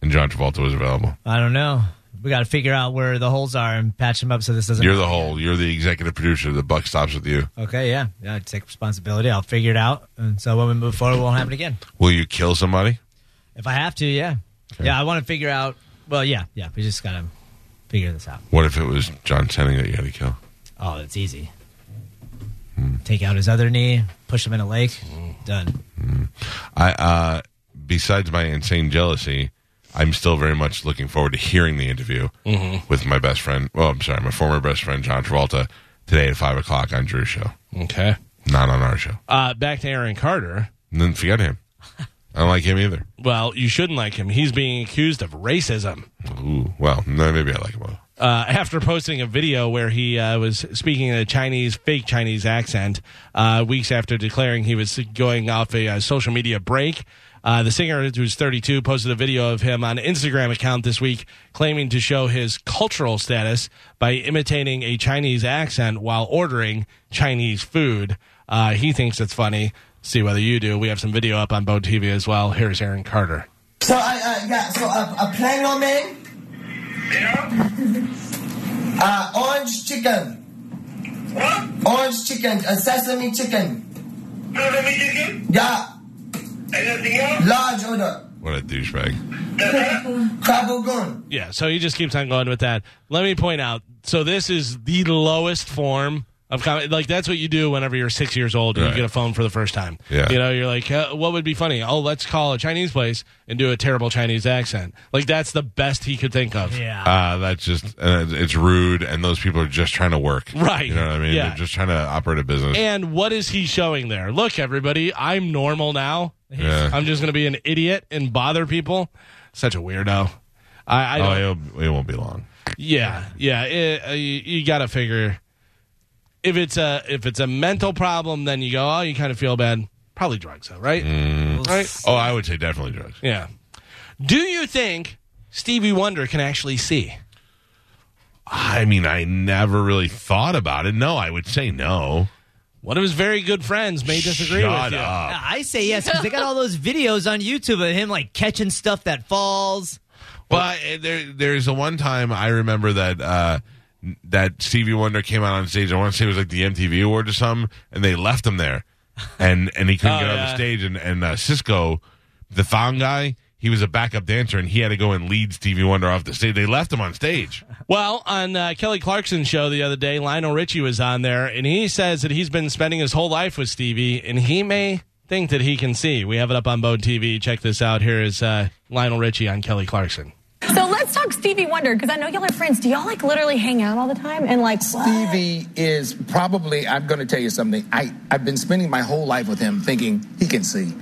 Speaker 1: And John Travolta was available.
Speaker 3: I don't know. We got to figure out where the holes are and patch them up so this doesn't.
Speaker 1: You're the whole. You're the executive producer. The buck stops with you.
Speaker 3: okay, yeah. Yeah, I take responsibility. I'll figure it out. And so when we move forward, it won't happen again.
Speaker 1: Will you kill somebody?
Speaker 3: If I have to, yeah. Yeah, I want to figure out. Well, yeah, yeah. We just got to figure this out.
Speaker 1: What if it was John Channing that you had to kill?
Speaker 3: Oh, it's easy. Take out his other knee, push him in a lake. Done.
Speaker 1: Mm. I, uh, besides my insane jealousy, I'm still very much looking forward to hearing the interview
Speaker 2: Mhm.
Speaker 1: with my best friend. Well, I'm sorry, my former best friend John Travolta today at five o'clock on Drew's show,
Speaker 2: Okay.
Speaker 1: not on our show.
Speaker 2: Uh, back to Aaron Carter.
Speaker 1: And then forget him. I don't like him either.
Speaker 2: Well, you shouldn't like him. He's being accused of racism.
Speaker 1: Ooh, well, no, maybe I like him. all.
Speaker 2: uh, after posting a video where he uh, was speaking in a Chinese, fake Chinese accent, uh, weeks after declaring he was going off a uh, social media break. Uh, the singer, who's 32, posted a video of him on an Instagram account this week claiming to show his cultural status by imitating a Chinese accent while ordering Chinese food. Uh, he thinks it's funny. See whether you do. We have some video up on Bo TV as well. Here's Aaron Carter.
Speaker 13: So I uh, yeah, so a, a plain old man. Yeah. Uh, orange chicken. What? Orange chicken, a sesame chicken. Sesame chicken? Yeah. Anything else? Large order.
Speaker 1: What a douchebag.
Speaker 13: Crab gun.
Speaker 2: Yeah, so he just keeps on going with that. Let me point out. So this is the lowest form of comedy. Like that's what you do whenever you're six years old and
Speaker 1: Right.
Speaker 2: you get a phone for the first time.
Speaker 1: Yeah.
Speaker 2: You know, you're like, uh, what would be funny? Oh, let's call a Chinese place and do a terrible Chinese accent. Like that's the best he could think of.
Speaker 3: Yeah.
Speaker 1: Uh, that's just uh, it's rude, and those people are just trying to work.
Speaker 2: Right.
Speaker 1: You know what I mean?
Speaker 2: Yeah.
Speaker 1: They're just trying to operate a business.
Speaker 2: And what is he showing there? Look, everybody, I'm normal now.
Speaker 1: Yeah.
Speaker 2: I'm just going to be an idiot and bother people. Such a weirdo. I, I don't,
Speaker 1: oh, it'll, it won't be long.
Speaker 2: Yeah, yeah. It, uh, you you got to figure if it's a if it's a mental problem, then you go, oh, you kind of feel bad. Probably drugs, though, right? Right?
Speaker 1: Oh, I would say definitely drugs.
Speaker 2: Yeah. Do you think Stevie Wonder can actually see?
Speaker 1: I mean, I never really thought about it. No, I would say no.
Speaker 2: One of his very good friends may disagree
Speaker 1: Shut
Speaker 2: with you.
Speaker 1: up.
Speaker 3: I say yes because they got all those videos on YouTube of him like catching stuff that falls.
Speaker 1: Well, I- eh, there, there's a one time I remember that uh, that Stevie Wonder came out on stage. I want to say it was like the MTV Awards or something, and they left him there, and and he couldn't
Speaker 2: Oh,
Speaker 1: get on
Speaker 2: yeah.
Speaker 1: the stage. And and uh, Cisco, the found guy, he was a backup dancer, and he had to go and lead Stevie Wonder off the stage. They left him on stage.
Speaker 2: Well, on uh, Kelly Clarkson's show the other day, Lionel Richie was on there, and he says that he's been spending his whole life with Stevie, and he may think that he can see. We have it up on Bode TV. Check this out. Here is uh, Lionel Richie on Kelly Clarkson.
Speaker 10: So let's talk Stevie Wonder because I know y'all are friends. Do y'all like literally hang out all the time and like
Speaker 14: Stevie is probably, I'm going to tell you something. I, I've been spending my whole life with him thinking he can see.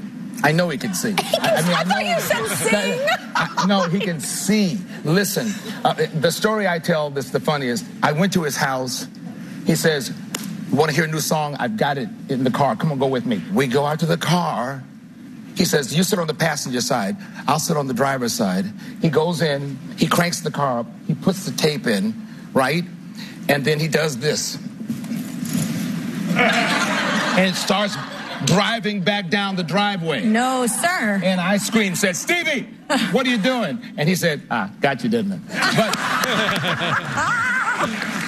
Speaker 14: I know he can see. I, mean, I thought you said sing. no, he can see. Listen, uh, the story I tell that's the funniest. I went to his house. He says, Want to hear a new song? I've got it in the car. Come on, go with me. We go out to the car. He says, You sit on the passenger side, I'll sit on the driver's side. He goes in, he cranks the car up, he puts the tape in, right? And then he does this. and starts driving back down the driveway.
Speaker 10: No, sir.
Speaker 14: And I screamed, said, Stevie, what are you doing? And he said, Ah, got you, didn't I?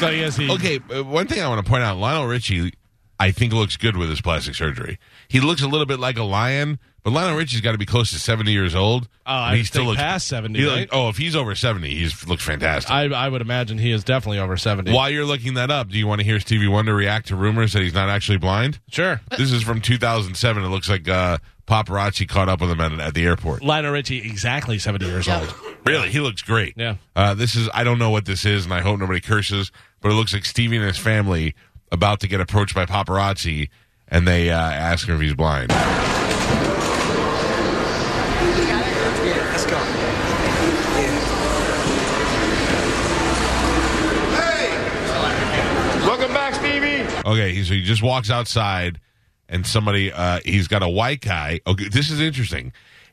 Speaker 2: So yes, he.
Speaker 1: Okay, uh, one thing I want to point out: Lionel Richie, I think looks good with his plastic surgery. He looks a little bit like a lion, but Lionel Richie's got to be close to seventy years old.
Speaker 2: Oh, I
Speaker 1: and
Speaker 2: would think past 70,
Speaker 1: he look-
Speaker 2: right?
Speaker 1: oh, if he's over seventy, he looks fantastic.
Speaker 2: I, I would imagine he is definitely over 70.
Speaker 1: While you're looking that up, do you want to hear Stevie Wonder react to rumors that he's not actually blind?
Speaker 2: Sure.
Speaker 1: This is from 2007. It looks like uh, paparazzi caught up with him at, at the airport.
Speaker 2: Lionel Richie, exactly 70 years old.
Speaker 1: Really, he looks great.
Speaker 2: Yeah.
Speaker 1: Uh, this is I don't know what this is, and I hope nobody curses, but it looks like Stevie and his family about to get approached by paparazzi, and they uh, ask him if he's blind.
Speaker 15: Let's go. Hey! Welcome back, Stevie.
Speaker 1: Okay, he- so he just walks outside, and somebody uh, he's got a white guy. Okay, this is interesting.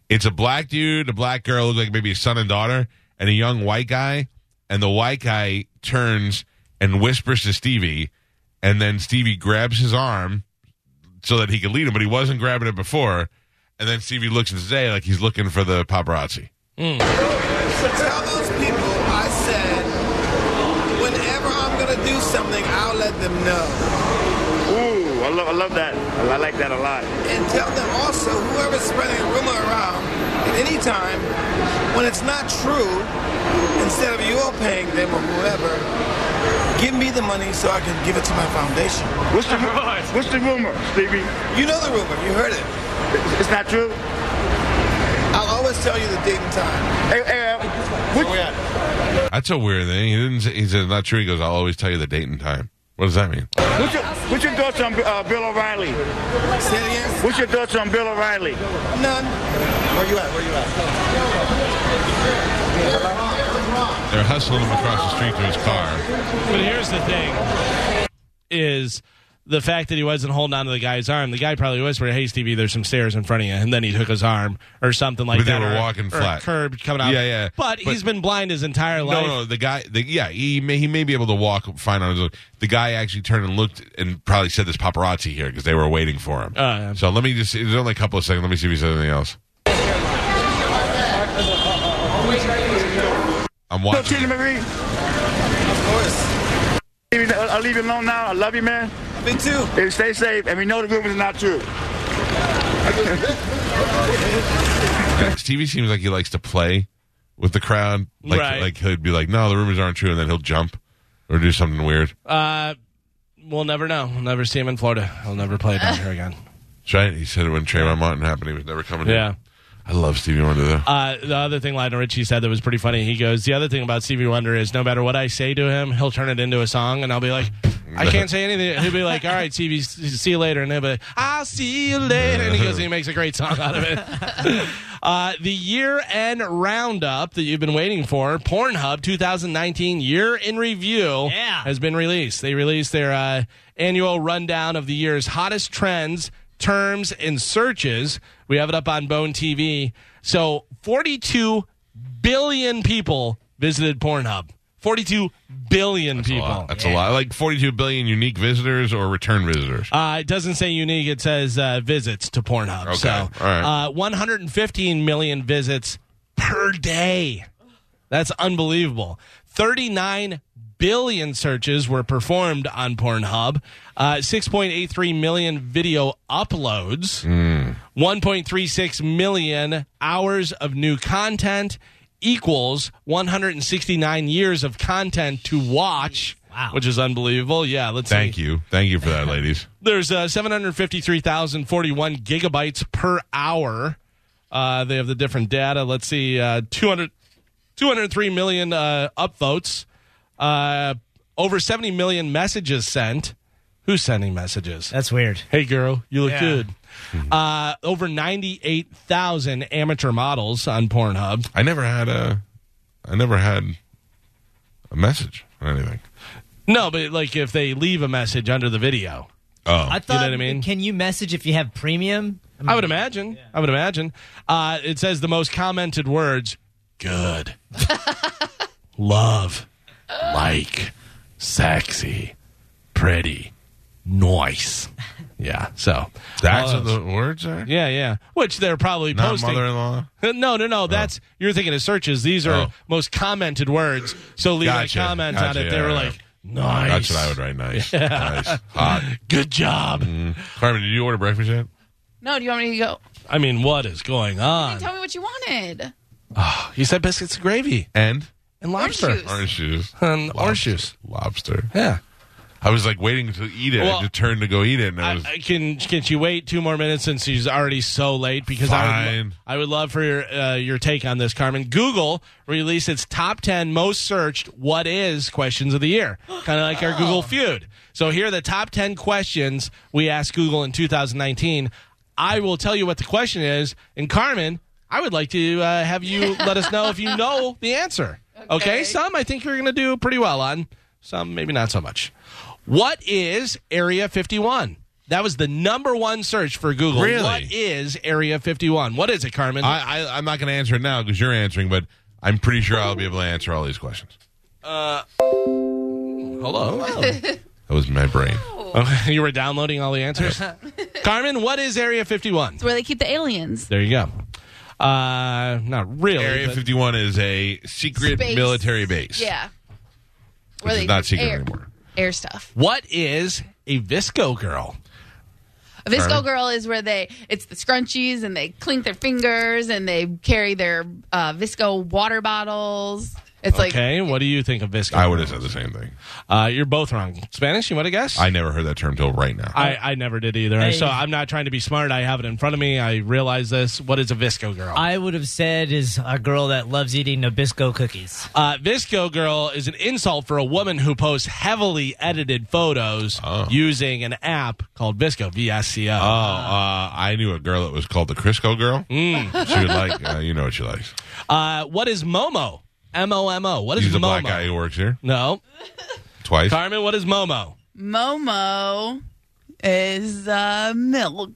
Speaker 1: It's a black dude, a black girl, look like maybe a son and daughter, and a young white guy. And the white guy turns and whispers to Stevie, and then Stevie grabs his arm so that he could lead him, but he wasn't grabbing it before. And then Stevie looks and says, "Hey," like he's looking for the paparazzi.
Speaker 15: Mm. Tell those people I said, whenever I'm gonna do something, I'll let them know. Ooh, I love, I love that. I like that a lot. And tell them also, whoever's spreading a rumor around at any time, when it's not true, instead of you all paying them or whoever, give me the money so I can give it to my foundation. What's the rumor? What's the rumor, Stevie? You know the rumor. You heard it. It's not true. I'll always tell you the date and time. Hey, hey, uh, where we at?
Speaker 1: That's a weird thing. He didn't. Say, he says not true. He goes, "I'll always tell you the date and time." What does that mean?
Speaker 15: What's your, what's your thoughts on uh, Bill O'Reilly? Say it again. What's your thoughts on Bill O'Reilly? None. Where you at? Where you at?
Speaker 1: They're hustling him across the street to his car.
Speaker 2: But here's the thing: is the fact that he wasn't holding on to the guy's arm, the guy probably whispered, "Hey, Stevie, there's some stairs in front of you," and then he took his arm or something like
Speaker 1: But they
Speaker 2: that.
Speaker 1: were
Speaker 2: or-
Speaker 1: walking
Speaker 2: or a
Speaker 1: flat.
Speaker 2: curb coming out.
Speaker 1: Yeah, yeah.
Speaker 2: But,
Speaker 1: But-
Speaker 2: he's been blind his entire life.
Speaker 1: No, no, the guy, the, yeah, he may he may be able to walk fine on his own. The guy actually turned and looked and probably said this paparazzi here because they were waiting for
Speaker 2: Oh,
Speaker 1: him. so let me just. There's only a couple of seconds. Let me see if he said anything else. I'm
Speaker 16: Don't
Speaker 1: watching.
Speaker 16: kill him, baby. Of course. I'll leave you alone now. I love you, man. Me too. And stay safe. And we know the rumors are not true.
Speaker 1: Stevie seems like he likes to play with the crowd. Like,
Speaker 2: Right.
Speaker 1: like he'd be like, "No, the rumors aren't true," and then he'll jump or do something weird.
Speaker 2: Uh, we'll never know. We'll never see him in Florida. He'll never play down here again.
Speaker 1: That's right. He said it when Trayvon Martin happened. He was never coming.
Speaker 2: Yeah.
Speaker 1: in. I love Stevie Wonder though.
Speaker 2: Uh, the other thing Lionel Richie said that was pretty funny. He goes, "The other thing about Stevie Wonder is no matter what I say to him, he'll turn it into a song, and I'll be like." I can't say anything. He'll be like, "All right, Stevie, s- see you later," and he'll be, like, "I'll see you later." And he goes, and he makes a great song out of it. Uh, the year-end roundup that you've been waiting for, Pornhub 2019 Year in Review, has been released. They released their uh, annual rundown of the year's hottest trends, terms, and searches. We have it up on Bone TV. So, 42 billion people visited Pornhub. 42 billion people.
Speaker 1: That's a lot. Like 42 billion unique visitors or return visitors.
Speaker 2: Uh, it doesn't say unique. It says uh, visits to Pornhub.
Speaker 1: Okay.
Speaker 2: So,
Speaker 1: All right.
Speaker 2: uh, 115 million visits per day. That's unbelievable. 39 billion searches were performed on Pornhub. Uh, 6.83 million video uploads.
Speaker 1: Hmm.
Speaker 2: 1.36 million hours of new content equals 169 years of content to watch. Wow. Which is unbelievable. Yeah, let's see.
Speaker 1: Thank you. Thank you for that, ladies.
Speaker 2: There's uh, 753,041 gigabytes per hour. Uh, they have the different data. Let's see, uh, 200, 203 million uh, upvotes, uh, over 70 million messages sent. Who's sending messages?
Speaker 3: That's weird.
Speaker 2: Hey, girl, Oh, you look
Speaker 3: Yeah.
Speaker 2: good.
Speaker 1: Mm-hmm.
Speaker 2: Uh, over 98,000 amateur models on Pornhub.
Speaker 1: I never had a. I never had a message or anything.
Speaker 2: No, but like if they leave a message under the video.
Speaker 1: Oh.
Speaker 3: I thought. I mean? Can you message if you have premium?
Speaker 2: I would imagine. I would imagine. Uh, it says the most commented words: good, love, like, sexy, pretty, nice. Yeah. So
Speaker 1: That's
Speaker 2: all
Speaker 1: what
Speaker 2: those-
Speaker 1: the words are?
Speaker 2: Yeah, yeah. Which they're probably
Speaker 1: Not
Speaker 2: posting.
Speaker 1: mother-in-law?
Speaker 2: No, no, no. That's you're thinking of searches. These are
Speaker 1: Oh.
Speaker 2: most commented words. So leave
Speaker 1: Gotcha.
Speaker 2: a comment
Speaker 1: Gotcha,
Speaker 2: on it.
Speaker 1: yeah,
Speaker 2: they were
Speaker 1: yeah.
Speaker 2: like, nice.
Speaker 1: That's what I would write. Nice.
Speaker 2: Yeah.
Speaker 1: Nice. Hot.
Speaker 2: Good job.
Speaker 1: Mhm. Carmen, did you order breakfast yet?
Speaker 4: No, do you want me to go?
Speaker 2: I mean, what is going on?
Speaker 4: Tell me what you wanted.
Speaker 2: You said biscuits and gravy
Speaker 1: And?
Speaker 2: and lobster.
Speaker 1: Orange juice.
Speaker 2: And orange juice.
Speaker 1: Lobster.
Speaker 2: Yeah.
Speaker 1: I was like waiting to eat it.
Speaker 2: Well,
Speaker 1: I had to turn to go eat it. And I was.
Speaker 2: I can can she wait two more minutes since she's already so late? Because I would, lo-
Speaker 1: Fine.
Speaker 2: I would love for your uh, your take on this, Carmen. Google released its top ten most searched "What is" questions of the year, kind of like our Google feud. So here are the top ten questions we asked Google in 2019. I will tell you what the question is, and Carmen, I would like to uh, have you let us know if you know the answer. okay? some I think you're going to do pretty well on, some maybe not so much. What is Area 51? That was the number one search for Google.
Speaker 1: Really?
Speaker 2: What is Area 51? What is it, Carmen?
Speaker 1: I, I, I'm not going to answer it now because you're answering, but I'm pretty sure I'll be able to answer all these questions.
Speaker 2: uh, hello.
Speaker 1: That was my brain.
Speaker 2: Okay, you were downloading all the answers? Carmen, what is Area 51?
Speaker 4: It's where they keep the aliens.
Speaker 2: There you go. Uh, not really.
Speaker 1: Area
Speaker 2: but-
Speaker 1: 51 is a secret
Speaker 4: Space.
Speaker 1: military base.
Speaker 4: Yeah.
Speaker 1: Which is
Speaker 4: they
Speaker 1: not
Speaker 4: keep
Speaker 1: secret
Speaker 4: air,
Speaker 1: anymore.
Speaker 4: Air stuff.
Speaker 2: What is a Visco girl?
Speaker 4: A visco
Speaker 2: Carmen?
Speaker 4: girl is where they it's the scrunchies and they clink their fingers and they carry their uh, visco water bottles. It's like
Speaker 2: okay, what do you think of Visco?
Speaker 1: I would have said the same thing.
Speaker 2: Uh, you're both wrong. Spanish, you want to guess?
Speaker 1: I never heard that term till right now.
Speaker 2: I, I never did either.
Speaker 3: Hey.
Speaker 2: So I'm not trying to be smart. I have it in front of me. I realize this. What is a Visco girl?
Speaker 3: I would have said is a girl that loves eating Nabisco cookies.
Speaker 2: Uh, Visco girl is an insult for a woman who posts heavily edited photos using an app called Visco, V S C O.
Speaker 1: Oh, uh, I knew a girl that was called the Crisco girl.
Speaker 2: Mm.
Speaker 1: She would like, uh, you know what she likes.
Speaker 2: Uh, what is Momo? M O M O. What is
Speaker 1: He's
Speaker 2: Momo?
Speaker 1: a black guy who works here
Speaker 2: No.
Speaker 1: twice.
Speaker 2: Carmen, what is Momo?
Speaker 4: Momo is uh, milk.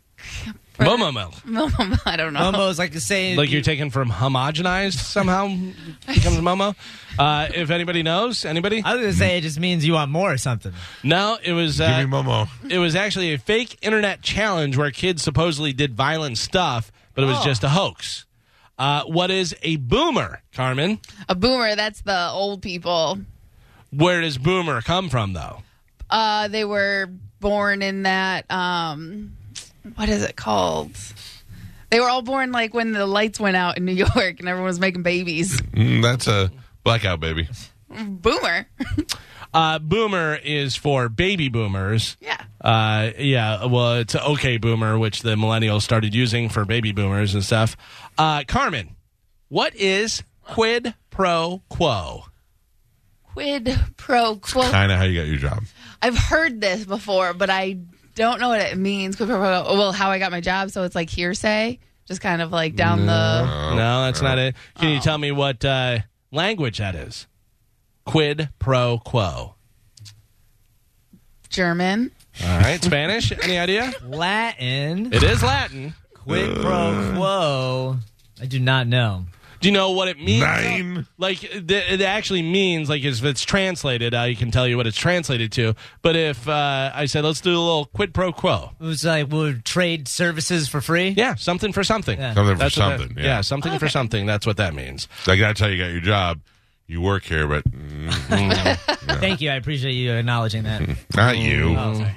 Speaker 2: Momo milk.
Speaker 4: Momo, I don't know.
Speaker 3: Momo is like the same.
Speaker 2: Like you're taken from homogenized somehow becomes Momo. Uh, if anybody knows, anybody?
Speaker 3: I was gonna say it just means you want more or something.
Speaker 2: No, it was uh,
Speaker 1: Give me Momo.
Speaker 2: It was actually a fake internet challenge where kids supposedly did violent stuff, but it was
Speaker 4: Oh.
Speaker 2: just a hoax. Uh, what is a boomer, Carmen?
Speaker 4: A boomer, that's the old people.
Speaker 2: Where does boomer come from, though?
Speaker 4: Uh, they were born in that. Um, what is it called? They were all born like when the lights went out in New York and everyone was making babies.
Speaker 1: Mm, that's a blackout, baby.
Speaker 4: Boomer.
Speaker 2: Uh, boomer is for baby boomers. Yeah. Uh, yeah. Well, it's okay boomer, which the millennials started using for baby boomers and stuff. Uh, Carmen, what is quid pro quo?
Speaker 4: Quid pro quo.
Speaker 1: Kind of how you got your job.
Speaker 4: I've heard this before, but I don't know what it means. Quid pro quo. Well, how I got my job, so it's like hearsay, just kind of like down the.
Speaker 2: No, that's not it. Can you tell me what uh, language that is? Quid pro quo.
Speaker 4: German.
Speaker 2: All right, Spanish. Any idea?
Speaker 3: Latin.
Speaker 2: It is Latin.
Speaker 3: Quid pro quo. I do not know.
Speaker 2: Do you know what it means? uh, Like it, it actually means like if it's translated, I can tell you what it's translated to. But if uh, I said let's do a little quid pro quo,
Speaker 3: It was like we'll trade services for free.
Speaker 2: Yeah, something for something.
Speaker 3: Yeah.
Speaker 1: Something for
Speaker 2: That's what that-
Speaker 1: something,
Speaker 2: yeah.
Speaker 1: yeah.
Speaker 2: something for something. That's what that means.
Speaker 1: Like that's how you got your job. You work here, but mm, mm,
Speaker 3: Thank you. I appreciate you acknowledging that.
Speaker 1: not you.
Speaker 3: Oh, sorry.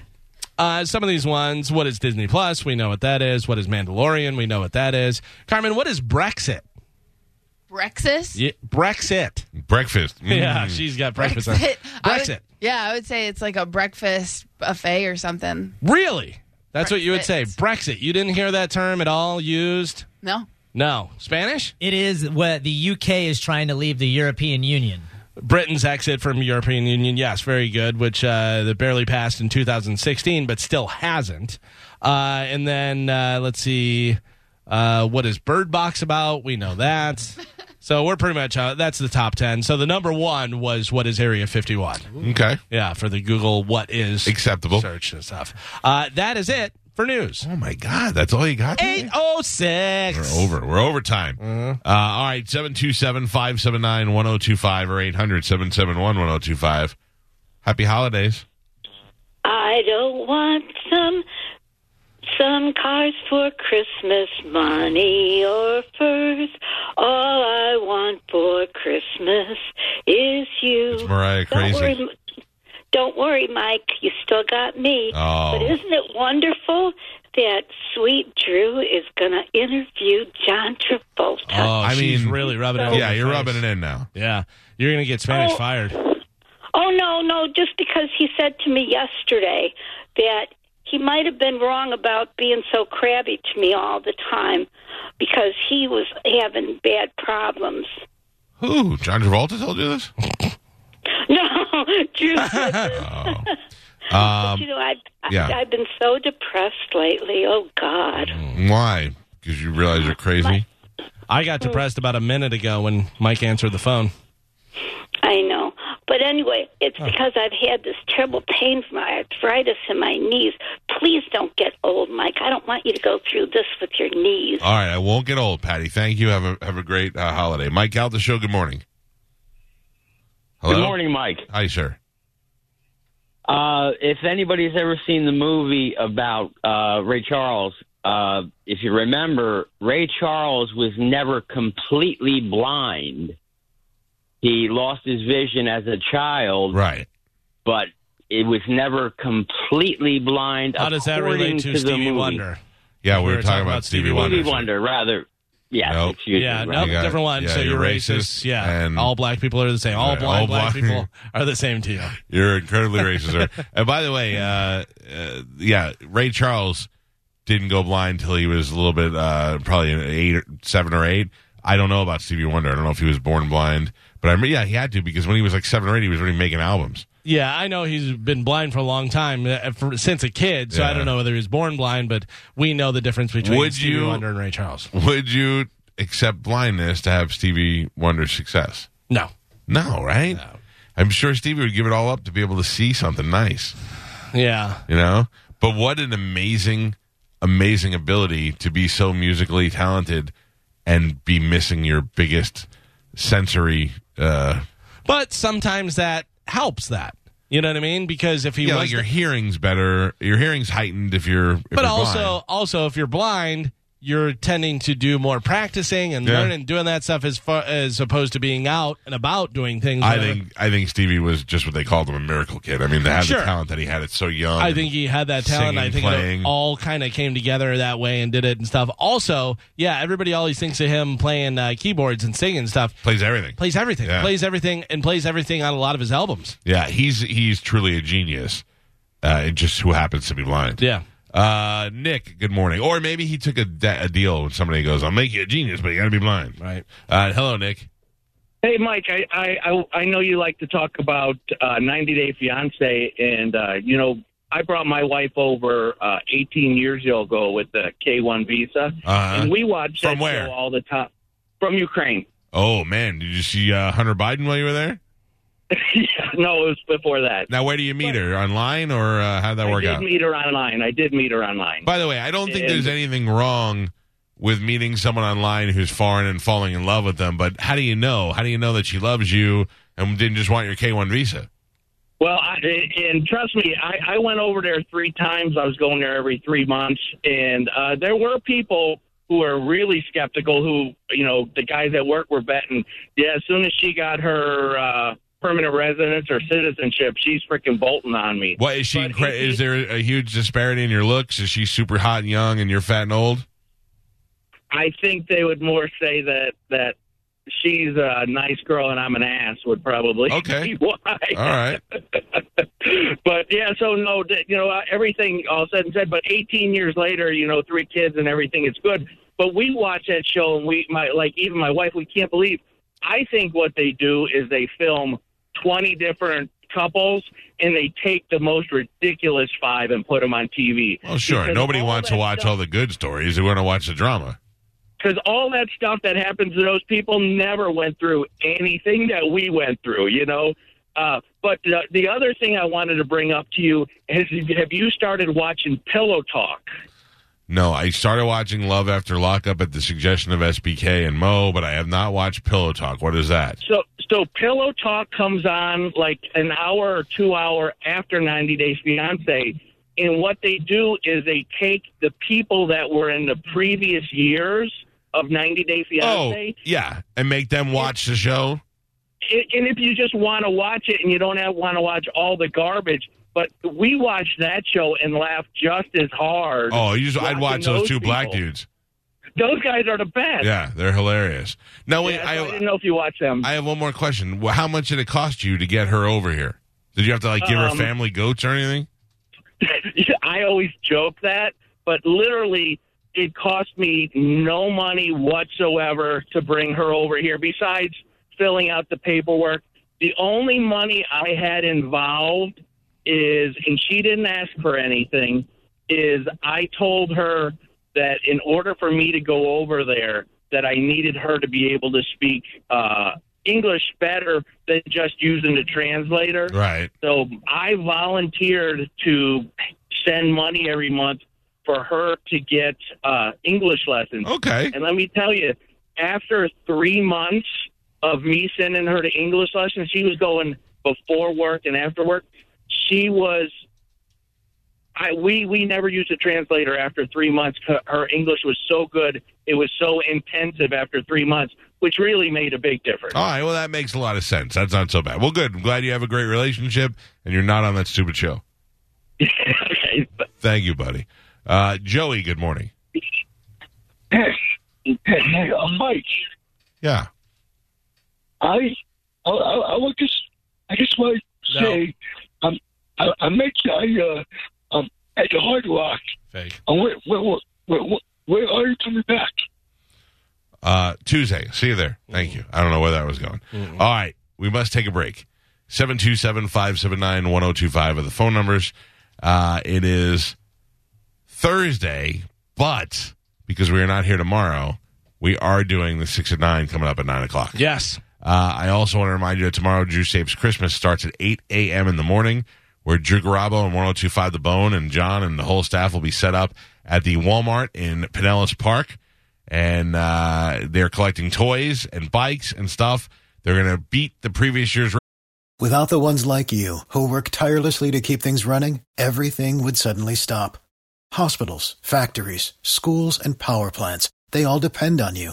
Speaker 2: Uh, some of these ones. What is Disney Plus? We know what that is. What is Mandalorian? We know what that is. Carmen, what is Brexit?
Speaker 4: Brexit.
Speaker 2: Ye- Brexit.
Speaker 1: Breakfast. Mm.
Speaker 2: Yeah, she's got breakfast. on-
Speaker 4: Brexit. I
Speaker 2: Brexit.
Speaker 4: would, yeah, I would say it's like a breakfast buffet or something.
Speaker 2: Really? That's what you would say. Brexit. You didn't hear that term at all used?
Speaker 4: No.
Speaker 2: No. Spanish?
Speaker 3: It is what the UK is trying to leave the European Union.
Speaker 2: Britain's exit from European Union, yes, very good, which uh, that barely passed in 2016, but still hasn't. Uh, and then uh, let's see, uh, what is Bird Box about? We know that. so we're pretty much uh, that's the top ten. So the number one was what is Area 51?
Speaker 1: Okay.
Speaker 2: Yeah, for the Google what is
Speaker 1: Acceptable.
Speaker 2: search and stuff. Uh, that is it for news.
Speaker 1: Oh my God, that's all you got. today?
Speaker 2: Eight oh six.
Speaker 1: We're over. We're overtime. Uh, all right, 727 579 1025 or 800 771 1025. Happy holidays.
Speaker 17: I don't want some some cars for Christmas money or furs. All I want for Christmas is you.
Speaker 1: It's Mariah
Speaker 17: Don't
Speaker 1: Crazy.
Speaker 17: worry, M- don't worry, Mike. You still got me.
Speaker 1: Oh.
Speaker 17: But isn't it wonderful that sweet Drew is going to interview John Travolta?
Speaker 2: Oh, I mean, really rubbing it. in
Speaker 1: Yeah,
Speaker 2: your
Speaker 1: you're
Speaker 2: face.
Speaker 1: rubbing it in now.
Speaker 2: Yeah, you're gonna get Spanish
Speaker 17: Oh.
Speaker 2: fired.
Speaker 17: Oh no, no, just because he said to me yesterday that he might have been wrong about being so crabby to me all the time because he was having bad problems.
Speaker 1: Who? John Travolta told you this?
Speaker 17: No, Drew, said this.
Speaker 1: Oh, Um,
Speaker 17: you know I've
Speaker 1: yeah. Mm-hmm.
Speaker 17: I've been so depressed lately. Oh God.
Speaker 1: why? Because you realize you're crazy?
Speaker 2: I got depressed about a minute ago when Mike answered the phone.
Speaker 17: I know. But anyway, it's because I've had this terrible pain from my arthritis in my knees. Please don't get old, Mike. I don't want you to go through this with your knees.
Speaker 1: All right, I won't get old, Patty. Thank you. Have a have a great uh, holiday. Mike out the show. Good morning. Hello?
Speaker 18: Good morning, Mike.
Speaker 1: Hi, sir.
Speaker 18: Uh, if anybody's ever seen the movie about uh, Ray Charles, uh, if you remember, Ray Charles was never completely blind. He lost his vision as a child,
Speaker 1: right?
Speaker 18: But it was never completely blind.
Speaker 2: How does that
Speaker 18: according
Speaker 2: relate to,
Speaker 18: the
Speaker 2: Stevie
Speaker 18: movie.
Speaker 2: Wonder?
Speaker 1: Yeah, we were, talking, about Stevie Wonder.
Speaker 18: Stevie Wonder, rather. Yeah,
Speaker 1: Nope.
Speaker 18: excuse
Speaker 2: Yeah,
Speaker 18: me.
Speaker 2: no,
Speaker 1: You got-
Speaker 2: different one.
Speaker 1: yeah,
Speaker 2: so you're,
Speaker 1: you're
Speaker 2: racist.
Speaker 1: racist,
Speaker 2: Yeah,
Speaker 1: and-
Speaker 2: all black people are the same. All
Speaker 1: Right,
Speaker 2: blind
Speaker 1: all
Speaker 2: black,
Speaker 1: black-
Speaker 2: people are the same to you.
Speaker 1: You're incredibly racist. Sir. And by the way, uh, uh, yeah, Ray Charles didn't go blind till he was a little bit, uh, probably an eight, or seven or eight. I don't know about Stevie Wonder. I don't know if he was born blind, but I mean, yeah, he had to because when he was like seven or eight, he was already making albums.
Speaker 2: Yeah, I know he's been blind for a long time uh, for, since a kid. So I
Speaker 1: Yeah.
Speaker 2: don't know whether he was born blind, but we know the difference between
Speaker 1: Would
Speaker 2: Stevie
Speaker 1: you-
Speaker 2: Wonder and Ray Charles.
Speaker 1: Would you accept blindness to have Stevie Wonder's success?
Speaker 2: No,
Speaker 1: No, right? I'm sure Stevie would give it all up to be able to see something nice,
Speaker 2: yeah,
Speaker 1: you know? But what an amazing, amazing ability to be so musically talented and be missing your biggest sensory. Uh,
Speaker 2: But sometimes that helps that. You know what I mean? Because if he
Speaker 1: yeah,
Speaker 2: was
Speaker 1: like your hearing's better. Your hearing's heightened if you're. If
Speaker 2: but
Speaker 1: you're
Speaker 2: also
Speaker 1: blind.
Speaker 2: also if you're blind you're tending to do more practicing and
Speaker 1: Yeah.
Speaker 2: learning doing that stuff as far as opposed to being out and about doing things
Speaker 1: I
Speaker 2: whatever.
Speaker 1: think I think Stevie was just what they called him a miracle kid. I mean, to have
Speaker 2: Sure.
Speaker 1: the talent that he had at so young.
Speaker 2: I think he had that talent. I
Speaker 1: um, Singing,
Speaker 2: think
Speaker 1: playing.
Speaker 2: it all kind of came together that way and did it and stuff. Also, yeah, everybody always thinks of him playing uh, keyboards and singing and stuff.
Speaker 1: plays everything.
Speaker 2: Plays everything.
Speaker 1: Yeah.
Speaker 2: Plays everything and plays everything on a lot of his albums.
Speaker 1: Yeah, he's he's truly a genius. Uh, and just who happens to be blind.
Speaker 2: Yeah.
Speaker 1: Uh, Nick, good morning. Or maybe he took a, de- a deal when somebody goes, "I'll make you a genius, but you got to be blind."
Speaker 2: Right.
Speaker 1: Uh, hello, Nick.
Speaker 19: Hey, Mike, I, I, I, I know you like to talk about uh, 90 Day Fiance, and, uh, you know, I brought my wife over uh, 18 years ago with the K1 visa,
Speaker 1: Uh-huh.
Speaker 19: and we watch
Speaker 1: From
Speaker 19: that
Speaker 1: where?
Speaker 19: show all the time. From Ukraine.
Speaker 1: Oh man, did you see uh, Hunter Biden while you were there?
Speaker 19: no, it was before that.
Speaker 1: Now, where do you meet her? Online or uh, how'd that
Speaker 19: I
Speaker 1: work
Speaker 19: did
Speaker 1: out?
Speaker 19: meet her online. I did meet her online.
Speaker 1: By the way, I don't think
Speaker 19: And-
Speaker 1: there's anything wrong with meeting someone online who's foreign and falling in love with them, but how do you know? How do you know that she loves you and didn't just want your K1 visa?
Speaker 19: Well, I, and trust me, I, I went over there three times. I was going there every three months, and uh, there were people who are really skeptical. Who you know, the guys at work were betting. Yeah, as soon as she got her uh, permanent residence or citizenship, she's freaking bolting on me.
Speaker 1: What is she? Incre- is there a huge disparity in your looks? Is she super hot and young, and you're fat and old?
Speaker 19: I think they would more say that that she's a nice girl and I'm an ass would probably
Speaker 1: Okay.
Speaker 19: be why.
Speaker 1: All right.
Speaker 19: but yeah, so no, th- you know, uh, everything all said and said. But 18 years later, you know, three kids and everything, it's good. But we watch that show, and we, my like, even my wife, we can't believe. I think what they do is they film 20 different couples, and they take the most ridiculous five and put them on TV.
Speaker 1: Well, sure.
Speaker 19: Because
Speaker 1: Nobody wants to watch all the good stories. They want to watch the drama.
Speaker 19: because all that stuff that happens to those people never went through anything that we went through, you know. Uh, but the, the other thing I wanted to bring up to you is: Have you started watching Pillow Talk?
Speaker 1: No, I started watching Love After Lockup at the suggestion of SBK and Mo, but I have not watched Pillow Talk. What is that?
Speaker 19: So, so Pillow Talk comes on like an hour or two hour after 90 Days Fiance, and what they do is they take the people that were in the previous years of 90 Day
Speaker 1: Oh,
Speaker 19: Fiance.
Speaker 1: yeah, and make them watch the show.
Speaker 19: and and if you just want to watch it and you don't have, want to watch all the garbage, but we watched that show and laughed just as hard.
Speaker 1: Oh, you just, I'd
Speaker 19: watching
Speaker 1: watch those two
Speaker 19: people.
Speaker 1: black dudes.
Speaker 19: Those guys are the best.
Speaker 1: Yeah, they're hilarious. Now, wait,
Speaker 19: Yeah, so
Speaker 1: I,
Speaker 19: I, didn't know if you watched them.
Speaker 1: I have one more question. Wh- How much did it cost you to get her over here? Did you have to like give her
Speaker 19: Um,
Speaker 1: family goats or anything?
Speaker 19: I always joke that, but literally, it cost me no money whatsoever to bring her over here. Besides filling out the paperwork, the only money I had involved is, and she didn't ask for anything, is I told her that in order for me to go over there, that I needed her to be able to speak uh, English better than just using the translator.
Speaker 1: Right.
Speaker 19: So I volunteered to send money every month for her to get uh, English lessons.
Speaker 1: Okay.
Speaker 19: And let me tell you, after three months of me sending her to English lessons, she was going before work and after work. She was. I, we we never used a translator after three months. Her- Her English was so good; it was so intensive after three months, which really made a big difference.
Speaker 1: All right. Well, that makes a lot of sense. That's not so bad. Well, good. I'm glad you have a great relationship and you're not on that stupid show.
Speaker 19: okay.
Speaker 1: Thank you, buddy. Uh, Joey, good morning.
Speaker 20: Hey, uh, Mike.
Speaker 1: Yeah.
Speaker 20: I, I, I would just, I just want to say, um, I, I met you I, uh, um, at the Hard Rock.
Speaker 2: Fake.
Speaker 20: Uh, where, where, where, where, where are you coming back?
Speaker 1: Uh, Tuesday. See you there. Thank you. I don't know where that was going. All right. We must take a break. 727 579 1025 are the phone numbers. Uh, it is Thursday, but because we are not here tomorrow, we are doing the 6 at 9 coming up at 9 o'clock.
Speaker 2: Yes.
Speaker 1: Uh, I also want to remind you that tomorrow, Drew Saves Christmas starts at 8 a.m. in the morning where Drew Garabo and 1025 The Bone and John and the whole staff will be set up at the Walmart in Pinellas Park. And uh, they're collecting toys and bikes and stuff. They're going to beat the previous year's.
Speaker 21: Without the ones like you, who work tirelessly to keep things running, everything would suddenly stop. Hospitals, factories, schools, and power plants, they all depend on you.